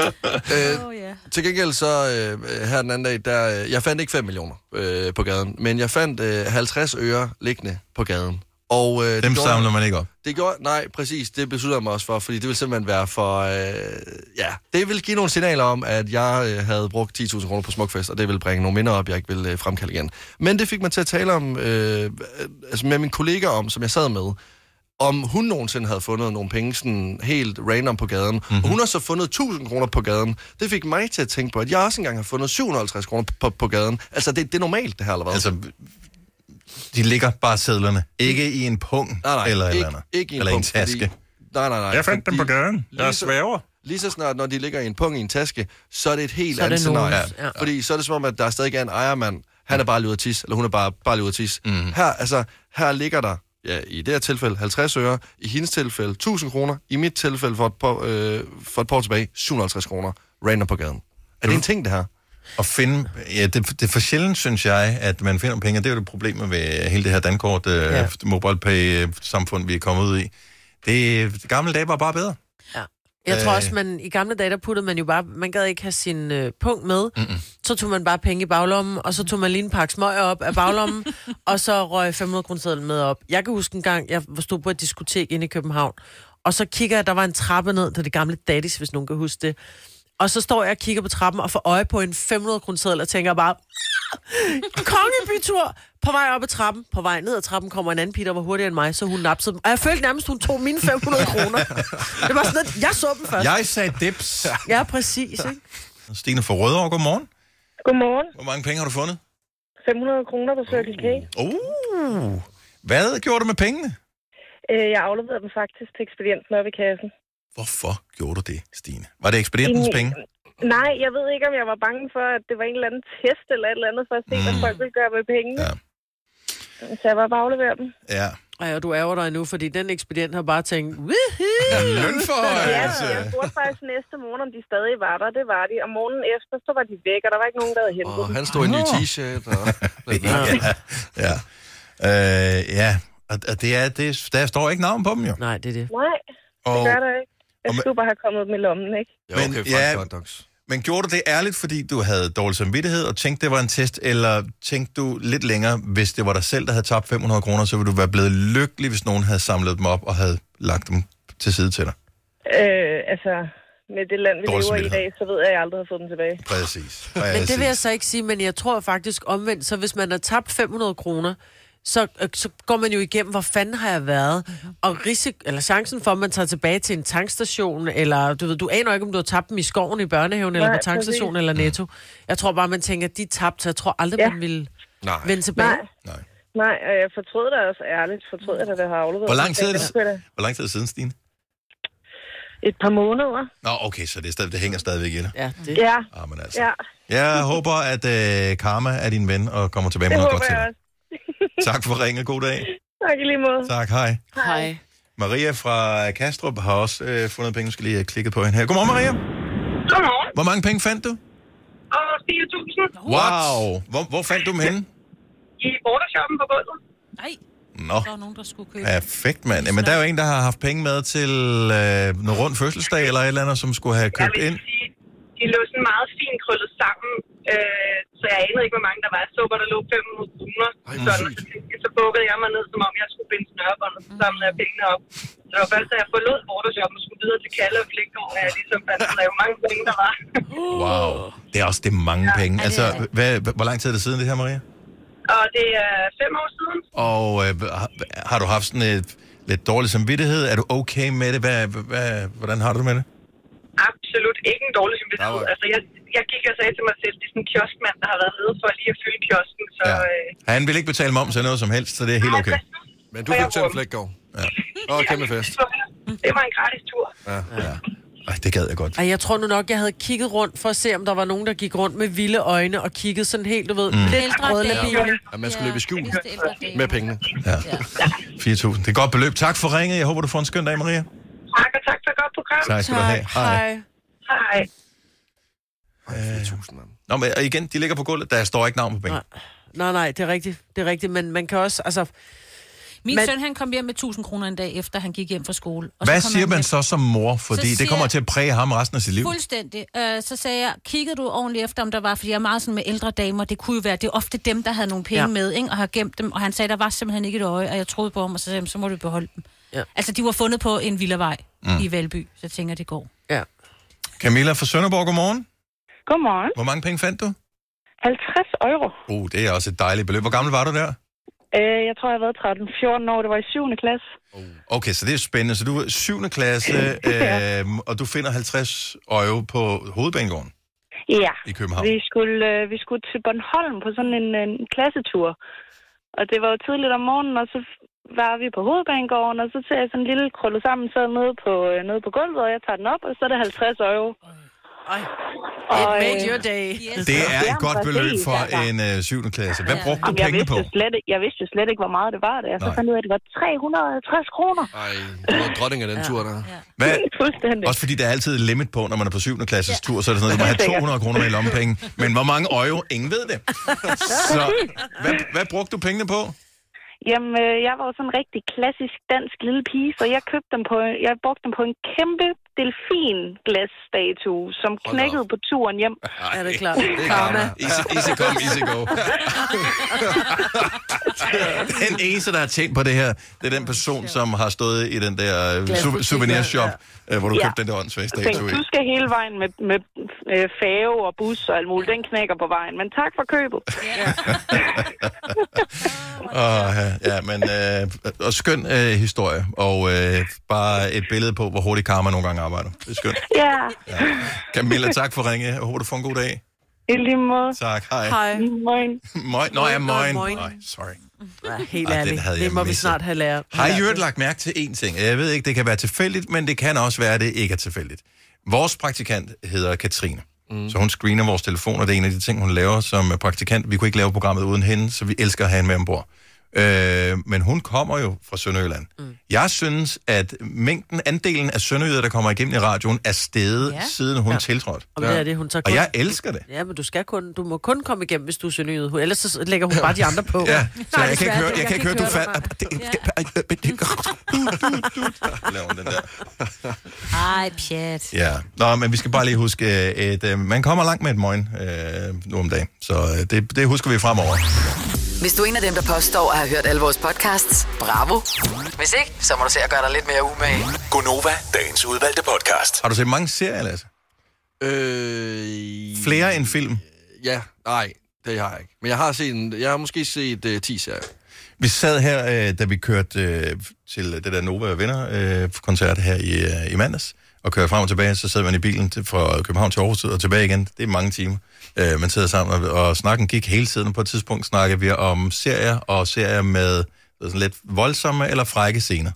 Øh, oh, yeah. Til gengæld så, øh, her den anden dag, der, øh, jeg fandt ikke 5 millioner øh, på gaden, men jeg fandt øh, 50 øre liggende på gaden. Og, øh, det
Dem
gjorde-
samler man ikke op.
Det gjorde, nej, præcis, det besluttede jeg mig også for, fordi det ville simpelthen være for, øh, ja, det ville give nogle signaler om, at jeg øh, havde brugt 10.000 kroner på Smukfest, og det ville bringe nogle minder op, jeg ikke ville øh, fremkalde igen. Men det fik mig til at tale om, øh, altså med min kollega om, som jeg sad med, om hun nogensinde havde fundet nogle penge sådan helt random på gaden.
Mhm.
Mm-hmm. Og hun har så fundet 1000 kroner på gaden. Det fik mig til at tænke på, at jeg også engang har fundet 750 kroner på, på gaden. Altså, det, det er normalt, det her, eller hvad?
Altså, de ligger bare sædlerne. Ikke i en pung nej, nej, eller et eller andet.
Ikke i en
eller
pung,
en taske.
Fordi... Nej, nej, nej.
Jeg fandt dem på gaden. Jeg
lige så- Lige så snart, når de ligger i en pung i en taske, så er det et helt
Så er
andet
det nogens,
scenarie.
ja.
Fordi så er det som om, at der stadig er en ejermand. Han er bare lige ude at tisse, eller hun er bare, bare lige ude at tisse. Mm.
Mhm.
Her, altså, her ligger der, ja, i det her tilfælde 50 øre, i hendes tilfælde 1000 kroner, i mit tilfælde for et, par, øh, for et par år tilbage 750 kroner, random på gaden. Er det en ting, det her?
At finde, ja, det, det er for sjældent, synes jeg, at man finder penge. Det er jo det problemet ved hele det her dankort, øh,
Ja.
ja. MobilePay-samfund, vi er kommet ud i. Det, det gamle dage var bare bedre.
Ja. Jeg tror
Øh.
også, man i gamle dage, der puttede man jo bare, man gad ikke have sin øh, punkt med,
Mm.
Mm-mm. så tog man bare penge i baglommen, og så tog man lige en pakke smøger op af baglommen, og så røg 500 kroner med op. Jeg kan huske en gang, jeg stod på et diskotek inde i København, og så kigger jeg, der var en trappe ned, det er det gamle daddies, hvis nogen kan huske det. Og så står jeg og kigger på trappen og får øje på en 500 kroner og tænker bare, kongebytur! På vej op ad trappen, på vej ned ad trappen, kommer en anden pige, der var hurtigere end mig, så hun napsede dem. Og jeg følte nærmest, hun tog mine 500 kroner. Det var sådan, at jeg så dem først.
Jeg sagde dips.
Ja, præcis. Ikke?
Stine fra Rødovre, godmorgen.
Godmorgen.
Hvor mange penge har du fundet?
500 kroner på Circle K.
Uh, hvad gjorde du med pengene?
Øh, Jeg afleverede dem faktisk til ekspedienten oppe i kassen.
Hvorfor gjorde du det, Stine? Var det ekspedientens
Ingen-
penge?
Nej, jeg ved ikke, om jeg var bange for, at det var en eller anden test eller et eller andet, for at se, mm. hvad folk ville gøre med pengene. Ja. Så jeg var bare afleveret dem.
Ja.
Ej, og du ærger dig nu, fordi den ekspedient har bare tænkt, Wihi!
altså. Ja,
altså.
jeg spurgte faktisk næste morgen, om de stadig var der. Det var de. Og morgenen efter, så var de væk, og der var ikke nogen, der havde hentet
Og
dem.
han stod i en ny t-shirt. Og...
ja. ja. Øh, ja. Og, og det er, det, der står ikke navn på dem jo.
Nej, det er det.
Nej, det
Og-
gør der ikke. Jeg
og med-
skulle bare have kommet dem i lommen, ikke?
Men, ja, men gjorde du det ærligt, fordi du havde dårlig samvittighed og tænkte, det var en test, eller tænkte du lidt længere, hvis det var dig selv, der havde tabt 500 kroner, så ville du være blevet lykkelig, hvis nogen havde samlet dem op og havde lagt dem til side til dig?
Øh, altså, med det land, vi
Dårlig
lever i i
samvittighed.
dag, så ved jeg, at jeg aldrig har fået dem tilbage.
Præcis.
Men det vil jeg så ikke sige, men jeg tror faktisk omvendt, så hvis man har tabt 500 kroner, så, øh, så går man jo igennem, hvor fanden har jeg været,
Mhm.
og risik eller chancen for, at man tager tilbage til en tankstation, eller du ved, du aner ikke, om du har tabt dem i skoven i børnehaven, Nej, eller
Nej,
på tankstationen,
præcis.
eller netto. Jeg tror bare, man tænker, at de er tabt, så jeg tror aldrig, ja. man ville
Nej.
vende tilbage.
Nej. Nej, og jeg fortrød da også ærligt. Fortrød jeg da, da jeg har afleveret
Hvor lang tid er
dem.
det,
skulle jeg da-
hvor lang tid er det siden, Stine?
Et par måneder.
Nå, okay, så det, er stadig, det hænger stadigvæk i dig.
Ja, det.
Ja.
Ah, men altså.
ja.
Jeg håber, at øh, Karma er din ven og kommer tilbage med
Det
noget
håber
godt til
jeg
dig.
også.
Tak for ringet. God dag.
Tak i lige måde.
Tak, hej.
Hej.
Maria fra Kastrup har også øh, fundet penge. Jeg skal lige have klikket på hende her. Godmorgen, Maria.
Godmorgen.
Hvor mange penge fandt du?
Og 4.000.
Wow. Hvor, hvor fandt du dem henne?
I bordershoppen på gulvet.
Nej.
Nå.
Der var nogen, der skulle købe.
Perfekt, mand. Jamen, der er jo en, der har haft penge med til øh, noget rundt fødselsdag eller et eller andet, som skulle have købt ind.
De lå sådan meget fint krøllet sammen, øh, så jeg anede ikke, hvor mange der var. Jeg så, hvor der lå 500 kroner. Sådan, så tænkte jeg, så bukkede jeg mig ned, som om jeg skulle binde snørbånd, og så samlede jeg pengene op. Så det var først, da jeg forlod bordershoppen og skulle videre til Kalle og Flægtgården, at jeg ligesom fandt ud af, hvor mange penge der var.
Wow. Det er også det er mange penge. Altså, hvad, hvor lang tid er det siden, det her, Maria?
Og det er fem år siden.
Og øh, har, har du haft sådan et lidt dårlig samvittighed? Er du okay med det? Hvad, hvad, hvordan har du det med det?
Absolut ikke en dårlig samvittighed. Altså, jeg, jeg gik og sagde til mig selv, det er sådan en kioskmand, der har været nede for lige at fylde kiosken. Så, ja. øh,
Han vil ikke betale moms eller noget som helst, så det er helt okay.
Men du fik tømt flækgaard.
Ja.
Og kæmpe fest.
det var en gratis tur.
Ja. ja.
Ej, det gad jeg godt.
Ej, jeg tror nu nok, jeg havde kigget rundt for at se, om der var nogen, der gik rundt med vilde øjne og kiggede sådan helt, du ved,
Mm.
mm. lidt
Ældre
røde
dame.
labile.
Ja, man skulle løbe i skjul med pengene.
Ja. 4.000. Det er et godt beløb. Tak for ringet. Jeg håber, du får en skøn dag, Maria.
Tak, og tak for et godt program.
Tak skal du have. Hej.
Hej.
Øh. Nå, men igen, de ligger på gulvet. Der står ikke navn på penge.
Nej, nej, det er rigtigt. Det er rigtigt, men man kan også, altså...
Min
man,
søn, han kom hjem med 1000 kroner en dag, efter han gik hjem fra skole. Og
Hvad
så kom
siger
han
man
hjem-
så som mor? Fordi
siger-
det kommer til at præge ham resten af sit liv.
Fuldstændig. Øh, så sagde jeg, kiggede du ordentligt efter, om der var, fordi jeg er meget sådan med ældre damer, det kunne jo være, det er ofte dem, der havde nogle penge
Ja.
ja. med, ikke? og har gemt dem, og han sagde, der var simpelthen ikke et øje, og jeg troede på ham, og så sagde jeg, så må du beholde dem.
Ja.
Altså, de var fundet på en villavej
Mm.
mm. i Valby, så jeg tænker, det går.
Ja.
Camilla fra Sønderborg, godmorgen.
Godmorgen.
Hvor mange penge fandt du?
50 euro.
Uh, det er også et dejligt beløb. Hvor gammel var du der?
Øh, jeg tror, jeg har været 13-14 år. Det var i 7. klasse.
Okay, så det er spændende. Så du er 7. klasse,
Ja.
øh, og du finder 50 øje på hovedbanegården
Ja.
i København.
Vi skulle, øh, vi skulle til Bornholm på sådan en, en klassetur. Og det var jo tidligt om morgenen, og så var vi på hovedbanegården, og så ser jeg sådan en lille krøllet sammen sad nede på, øh, nede på gulvet, og jeg tager den op, og så er det 50 euro.
It
øh,
made your day.
Det er et
Jamen,
godt beløb
præcis.
for en øh, 7. klasse. Hvad brugte du
Jamen, jeg,
pengene
vidste
på?
jo slet, ikke- jeg vidste jo slet ikke, hvor meget det var, da jeg så
Nej.
fandt ud af, at det var 350 kroner.
Ej, du var dronning af den tur der.
Hvad?
Fuldstændig.
Også fordi der er altid et limit på, når man er på 7. klasses tur, så er det sådan noget, du må have 200 kroner med i lommepenge. Men hvor mange øje? Ingen ved det. Så hvad, hvad brugte du pengene på?
Jamen, øh, jeg var jo sådan en rigtig klassisk dansk lille pige, så jeg købte dem på, jeg brugte dem på en kæmpe delfinglasstatue, som knækkede på turen hjem.
Er det klart?
Det er
Karma.
Easy, easy come, easy go. den eneste, der har tjent på det her, det er den person, som har stået i den der øh,
Glasbutik,
su- souvenirshop, øh, hvor du
Ja.
købte den der åndssvage
Jeg tænkte,
statue i.
du skal hele vejen med, med øh, fave og bus og alt muligt. Den knækker på vejen, men tak for købet.
Og, ja, men øh, og skøn øh, historie, og øh, bare et billede på, hvor hurtigt karma nogle gange arbejder. Det er skønt.
Ja,
Camilla, tak for ringe. Jeg håber, du får en god dag.
i lige måde.
Tak, hej.
Moin.
Møj, nå, ja, møgen.
Moin.
Nej, sorry.
Ja, helt
Ej, den
ærligt.
havde jeg
Det må vi
misset.
snart have lært.
Har I øvrigt lagt mærke til én ting? Jeg ved ikke, det kan være tilfældigt, men det kan også være, at det ikke er tilfældigt. Vores praktikant hedder Katrine. Mm. Så hun screener vores telefoner. Det er en af de ting, hun laver som praktikant. Vi kunne ikke lave programmet uden hende, så vi elsker at have hende med ombord. Øh, men hun kommer jo fra Sønderjylland. Mm. Jeg synes, at mængden, andelen af sønderjyder, der kommer igennem i radioen, er steget, ja.
Ja.
siden hun ja. tiltrådte.
Og det er det, hun tager
Og
kun-
jeg elsker det.
Ja, men du skal kun, du må kun komme igennem, hvis du er sønderjyde. Hun- Ellers så lægger hun bare de andre på.
Ja, så
Nej,
jeg kan ikke
desværre,
høre, jeg kan ikke høre, du
dig,
faldt. Laver hun den der.
Ej, pjat.
Ja, Nå, men vi skal bare lige huske, øh, at øh, man kommer langt med et møgen øh, nu om dagen, så øh, det, det husker vi fremover.
Hvis du er en af dem, der påstår at have hørt alle vores podcasts, bravo. Hvis ikke, så må du se at gøre dig lidt mere umage.
Gonova, dagens udvalgte podcast.
Har du set mange serier, Lasse?
Øh,
Flere end film?
Ja, nej, det har jeg ikke. Men jeg har set, en, jeg har måske set uh, 10 serier.
Vi sad her, øh, da vi kørte øh, til det der Nova og Venner-koncert her i, øh, i mandags, og kørte frem og tilbage, så sad man i bilen til, fra København til Aarhus og tilbage igen. Det er mange timer. Øh, man sidder sammen, og, og snakken gik hele tiden. På et tidspunkt snakkede vi om serier, og serier med sådan lidt voldsomme eller frække scener.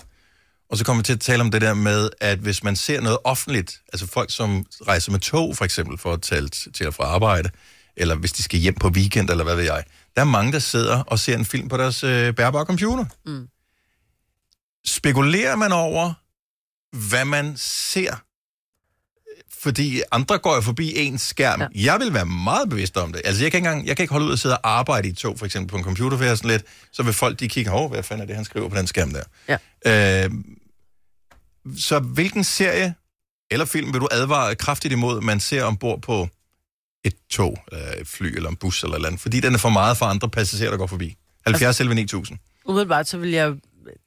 Og så kommer vi til at tale om det der med, at hvis man ser noget offentligt, altså folk, som rejser med tog for eksempel for at tale t- til og fra arbejde, eller hvis de skal hjem på weekend, eller hvad ved jeg, der er mange, der sidder og ser en film på deres øh, bærbare computer.
Mm.
Spekulerer man over, hvad man ser? Fordi andre går jo forbi ens skærm. Ja. Jeg vil være meget bevidst om det. Altså, jeg kan, ikke engang, jeg kan ikke holde ud og sidde og arbejde i et tog, for eksempel på en computer, for jeg er sådan lidt, så vil folk, de kigger, åh, hvad fanden er det, han skriver på den skærm der?
Ja.
Øh, så hvilken serie eller film vil du advare kraftigt imod, man ser ombord på et tog, eller et fly, eller en bus, eller et eller andet? Fordi den er for meget for andre passagerer, der går forbi.
Altså,
70 selv 9000.
Umiddelbart så vil jeg...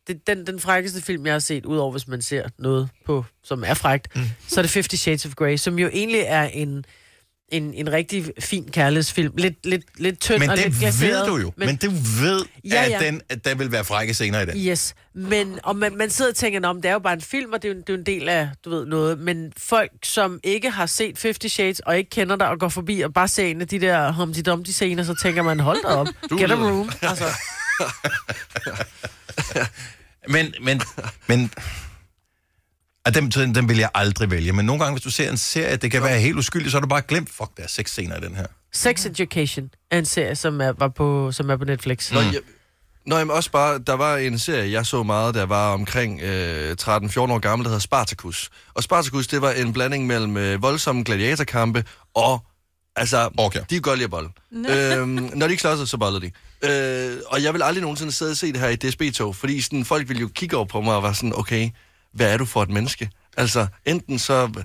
Det, den, den frækkeste film, jeg har set, udover hvis man ser noget på, som er frækt, mm. så er det Fifty Shades of Grey, som jo egentlig er en
en, en rigtig fin kærlighedsfilm. Lidt, lidt, lidt tynd
Men
og lidt
det ved
glaseret,
du jo. Men, du ved,
Ja, ja.
At, den, at der vil være frække scener i den.
Yes, men og man, man sidder og tænker, om det er jo bare en film, og det er, jo, det er jo en del af, du ved, noget. Men folk, som ikke har set 50 Shades, og ikke kender dig, og går forbi og bare ser en af de der Humpty Dumpty-scener, så tænker man, hold da op,
Du
get a
lyder-
room. Altså,
Men, men, men... Og dem, den, den vil jeg aldrig vælge. Men nogle gange, hvis du ser en serie, det kan være helt uskyldigt, så har du bare glemt, fuck, der er seks scener i den her.
Sex Education er en serie, som er, var på, som er på Netflix.
Nå, jeg, Nå, jamen også bare, der var en serie, jeg så meget, der var omkring øh, 13-14 år gammel, der hedder Spartacus. Og Spartacus, det var en blanding mellem øh, voldsomme gladiatorkampe og, altså, okay. de kan godt lide at bolle. øhm, når de ikke slår sig, så boller de. Øh, og jeg vil aldrig nogensinde sidde og se det her i DSB-tog, fordi sådan, folk ville jo kigge over på mig og var sådan, okay, hvad er du for et menneske? Altså, enten så,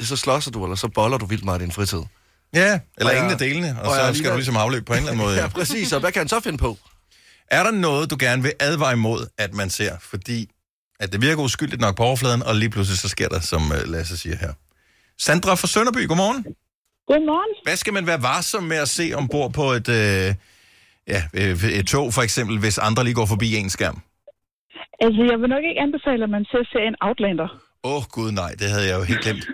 så slåsser du, eller så boller du vildt meget i din fritid.
Ja, eller
Og
ingen
jeg-
af delene, og,
og jeg
og
er
så skal du
ligeglad.
ligesom afløbe på en eller anden måde.
Ja, præcis, og hvad kan han så finde på?
Er der noget, du gerne vil advare imod, at man ser? Fordi at det virker uskyldigt nok på overfladen, og lige pludselig så sker der, som øh, Lasse siger her. Sandra fra Sønderby, godmorgen.
Godmorgen.
Hvad skal man være varsom med at se ombord på et, øh, ja, øh, et tog, for eksempel, hvis andre lige går forbi en skærm?
Altså, jeg vil nok ikke anbefale, at man ser serien Outlander.
Åh oh, gud nej, det havde jeg jo helt glemt.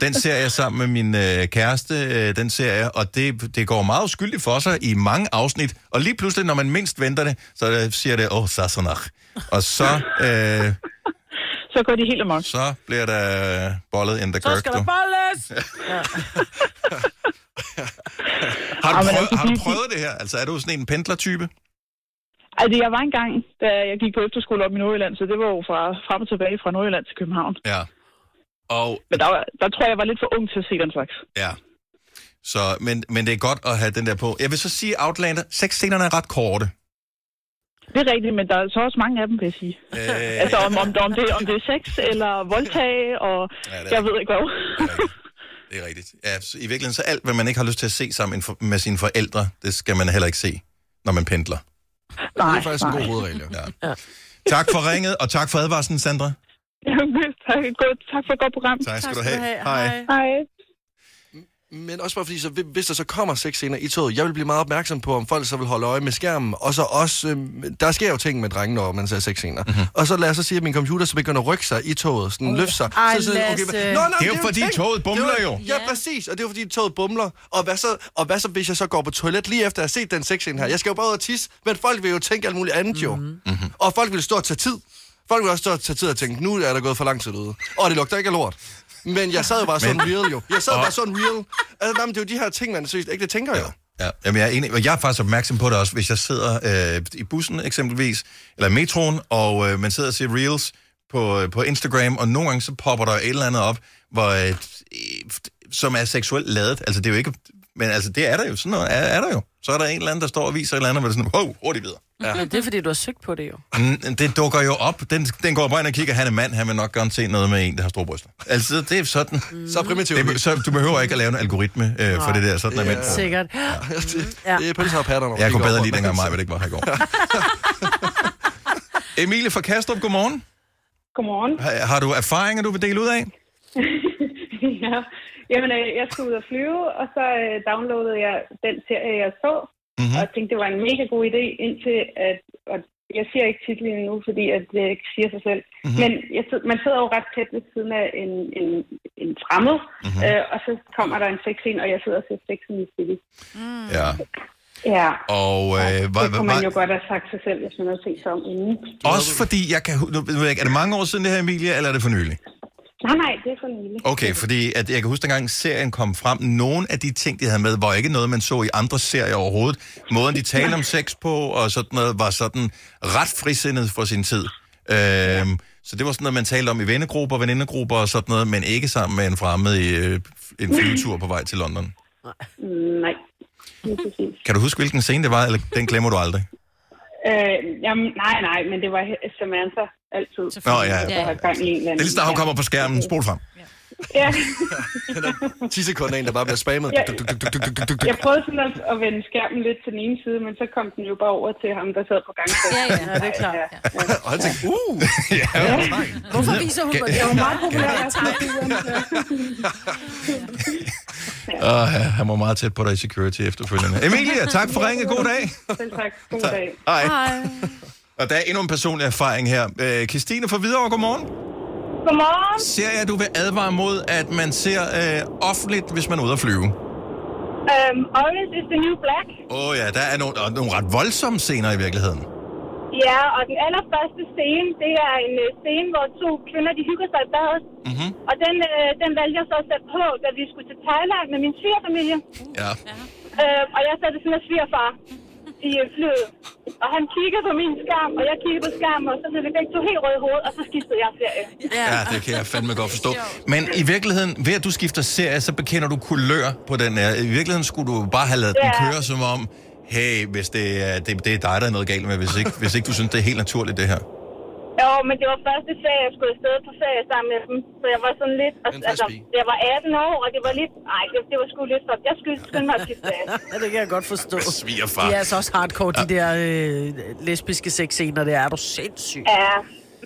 Den ser jeg sammen med min øh, kæreste, øh, den ser jeg, og det, det går meget uskyldigt for sig i mange afsnit. Og lige pludselig, når man mindst venter det, så øh, siger det, åh, oh, sassanach. Og så, øh,
Så går de helt amok.
så bliver der bollet in the
Så
kirk,
skal
du.
der
bolles! Ja.
Har du, prøvet,
Jamen, altså,
har du
de-
prøvet det her? Altså, er du sådan en pendlertype?
Altså, jeg var engang, da jeg gik på efterskole op i Nordjylland, så det var jo fra, frem og tilbage fra Nordjylland til København.
Ja. Og,
Men der, var, der tror jeg, jeg var lidt for ung til at se den slags.
ja. Så, men, men det er godt at have den der på. Jeg vil så sige, Outlander, seks scenerne er ret korte.
Det er rigtigt, men der er så også mange af dem, vil jeg sige.
Øh.
Altså, om, om, om, det, om det er sex eller voldtag, og ja, jeg ved ikke hvad.
Det er rigtigt. Ja, så I virkeligheden så alt, hvad man ikke har lyst til at se sammen for- med sine forældre, det skal man heller ikke se, når man pendler.
Nej,
det er faktisk en
nej.
god hovedregel, jo.
Ja. Tak for ringet, og tak for advarslen, Sandra.
tak, godt, tak for et godt program.
Tak skal Tak du skal have. du have. Hej.
Hej.
Men også bare fordi, så, hvis der så kommer seks scener i toget, jeg vil blive meget opmærksom på, om folk så vil holde øje med skærmen. Og så også, øh, der sker jo ting med drenge, når man ser seks scener.
Mhm.
Mm-hmm. Og så lad os så sige, at min computer så begynder at rykke sig i toget, sådan løfte sig.
Ej,
så, sådan,
Lasse.
hvad-
Det er jo
en
fordi
ting.
toget bumler
Det er
jo.
Ja, præcis, og det er jo fordi toget bumler. Og hvad, så, og hvad så, hvis jeg så går på toilet lige efter at have set den seks scene her? Jeg skal jo bare ud og tisse, men folk vil jo tænke alt muligt andet jo.
Mhm.
Mm-hmm. Og folk vil stå og tage tid. Folk vil også stå og tage tid og tænke, nu er der gået for lang tid ude. Og det lugter ikke af lort. Men jeg sad jo bare sådan
Men-
real, jo. Jeg sad
Og-
bare sådan real. Altså, nej, men det er jo de her ting, man seriøst ikke det tænker jo.
Ja, jamen jeg er enig, og jeg er faktisk opmærksom på det også, hvis jeg sidder øh, i bussen eksempelvis, eller i metroen, og øh, man sidder og ser reels på, øh, på Instagram, og nogle gange så popper der et eller andet op, hvor, øh, som er seksuelt ladet. Altså det er jo ikke, men altså det er der jo, sådan noget er, er der jo. Så er der en eller anden, der står og viser et eller andet, hvor det er sådan, wow, hurtigt videre.
Ja. Det er, fordi du har søgt på det jo.
Mm, Det dukker jo op. Den, den går bare ind og kigger, han er mand, han vil nok gerne se noget med en, der har store bryster. Altså, det er sådan.
Så primitivt.
Det, så du behøver ikke at lave en algoritme øh, for det der, sådan er mænd. på.
Sikkert. Ja.
Ja. Det er pølser og patter, når
Jeg kunne
kigger
bedre
over,
lide
man
dengang
kan
mig, hvad det ikke var her i går. Emilie fra Kastrup, godmorgen.
Godmorgen.
Har, har du erfaringer, du vil dele ud af?
ja. Jamen, øh, jeg skulle ud og flyve, og så øh, downloadede jeg den serie, jeg så, mm-hmm. og tænkte, det var en mega god idé, indtil at... Og jeg siger ikke titlen nu, fordi at det ikke siger sig selv. Mm-hmm. Men jeg, sid- man sidder jo ret tæt ved siden af en, en, en fremmed, mm-hmm. øh, og så kommer der en sexscene, og jeg sidder og ser sexen i stille. Mm.
Ja.
Ja,
Og øh, var,
det
var,
kunne man jo
var,
godt have sagt sig selv, hvis man havde set sig om inden.
også fordi, jeg kan, hu- nu ved jeg ikke, er det mange år siden det her, Emilie, eller er det for nylig?
Nej, nej, det er for nylig.
Okay, fordi at jeg kan huske, dengang serien kom frem, nogle af de ting, de havde med, var ikke noget, man så i andre serier overhovedet. Måden, de talte om sex på og sådan noget, var sådan ret frisindet for sin tid. Øhm, så det var sådan noget, man talte om i vennegrupper, venindegrupper og sådan noget, men ikke sammen med en fremmed i øh, en flyvetur på vej til London.
Mm, Nej, lige præcis.
Kan du huske, hvilken scene det var, eller den glemmer du aldrig?
Øh, jamen, nej, nej, men det var he- Samantha altid.
Nå, ja, ja.
Der var gang i en eller
Det
anden.
er lige snart, hun kommer på skærmen. Spol frem.
Ja,
10 sekunder en, der bare bliver spammet.
Ja.
Duk, duk, duk, duk, duk, duk, duk.
jeg prøvede sådan at, at vende skærmen lidt til den ene side, men så kom den jo bare over til ham, der sad på gangen. Ja, ja, det er klart. Ja.
Og han tænkte, uh!
Ja.
Hvorfor viser hun mig
Det
det?
var meget populært.
Og han var meget tæt på dig i security efterfølgende. Emilia, tak for ringet. God dag.
Selv tak. God dag.
Hej. Og der er endnu en personlig erfaring her. Øh, Christine fra Hvidovre, godmorgen.
Godmorgen.
Ser jeg, at du vil advare mod, at man ser øh, offentligt, hvis man er ude at flyve?
Um, orange is the new black.
Åh oh, ja, der er nogle, og nogle ret voldsomme scener i virkeligheden.
Ja, og den allerførste scene, det er en øh, scene, hvor to kvinder, de hygger sig i badet.
Mm-hmm.
Og den, øh, den valgte jeg så at sætte på, da vi skulle til Thailand med min svigerfamilie.
Ja.
Øh, og jeg satte sådan en svigerfar i øh, flyet. Og han kiggede på min skærm, og jeg kiggede på skærmen, og så blev vi begge to helt røde i hovedet, og så skiftede jeg serie.
Ja, det kan jeg fandme godt forstå. Men i virkeligheden, ved at du skifter serie, så bekender du kulør på den her. I virkeligheden skulle du bare have lavet
Ja.
den køre som om, hey, hvis det er, det, det er dig, der er noget galt med, hvis ikke, hvis ikke du synes, det er helt naturligt, det her.
Jo, men det var første ferie, jeg skulle afsted på ferie sammen med dem. Så jeg var sådan lidt... Og, altså, jeg var 18 år, og det var lidt... Nej, det, det var sgu lidt for... Jeg skulle skynde mig til ferie.
Ja, det kan jeg godt forstå.
Svigerfar.
De er altså også hardcore, de der øh, lesbiske sexscener der. Er du sindssyg?
Ja,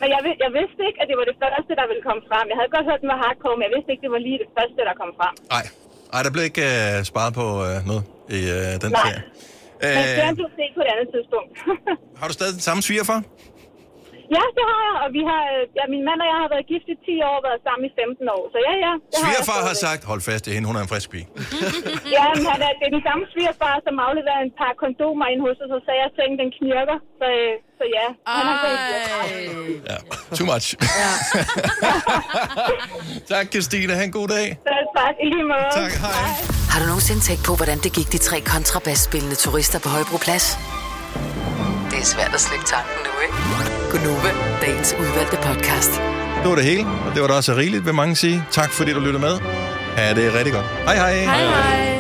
men jeg, vid- jeg vidste ikke, at det var det første, der ville komme frem. Jeg havde godt hørt, den var hardcore, men jeg vidste ikke, det var lige det første, der kom frem.
Nej, Ej, der blev ikke øh, sparet på øh, noget i øh, den
Nej.
serie.
Men
Øh,
Søren blev set på et andet tidspunkt.
har du stadig den samme svigerfar?
ja, det har jeg, og vi har, øh, ja, min mand og jeg har været gift i 10 år og været sammen i 15 år. Så ja, ja. det har jeg
Svigerfar har
stadigvæk.
sagt, hold fast i hende, hun er en frisk pige.
Ja, men han er, det er den samme svigerfar, som afleverede en par kondomer ind hos os, og sagde, at sengen den knirker. Så, øh, så ja, han har fået
Ja, too much. tak, Christine. Ha' en god dag.
Tak, i lige måde.
Tak, hej.
Har du nogensinde tænkt på, hvordan det gik de tre kontrabasspillende turister på Højbroplads? Det er svært at slippe tanken nu, ikke? Gunova, dagens udvalgte podcast.
Det var det hele, og det var da også rigeligt, vil mange sige. Tak fordi du lyttede med. Ha' det rigtig godt. Hej hej.
Hej, hej.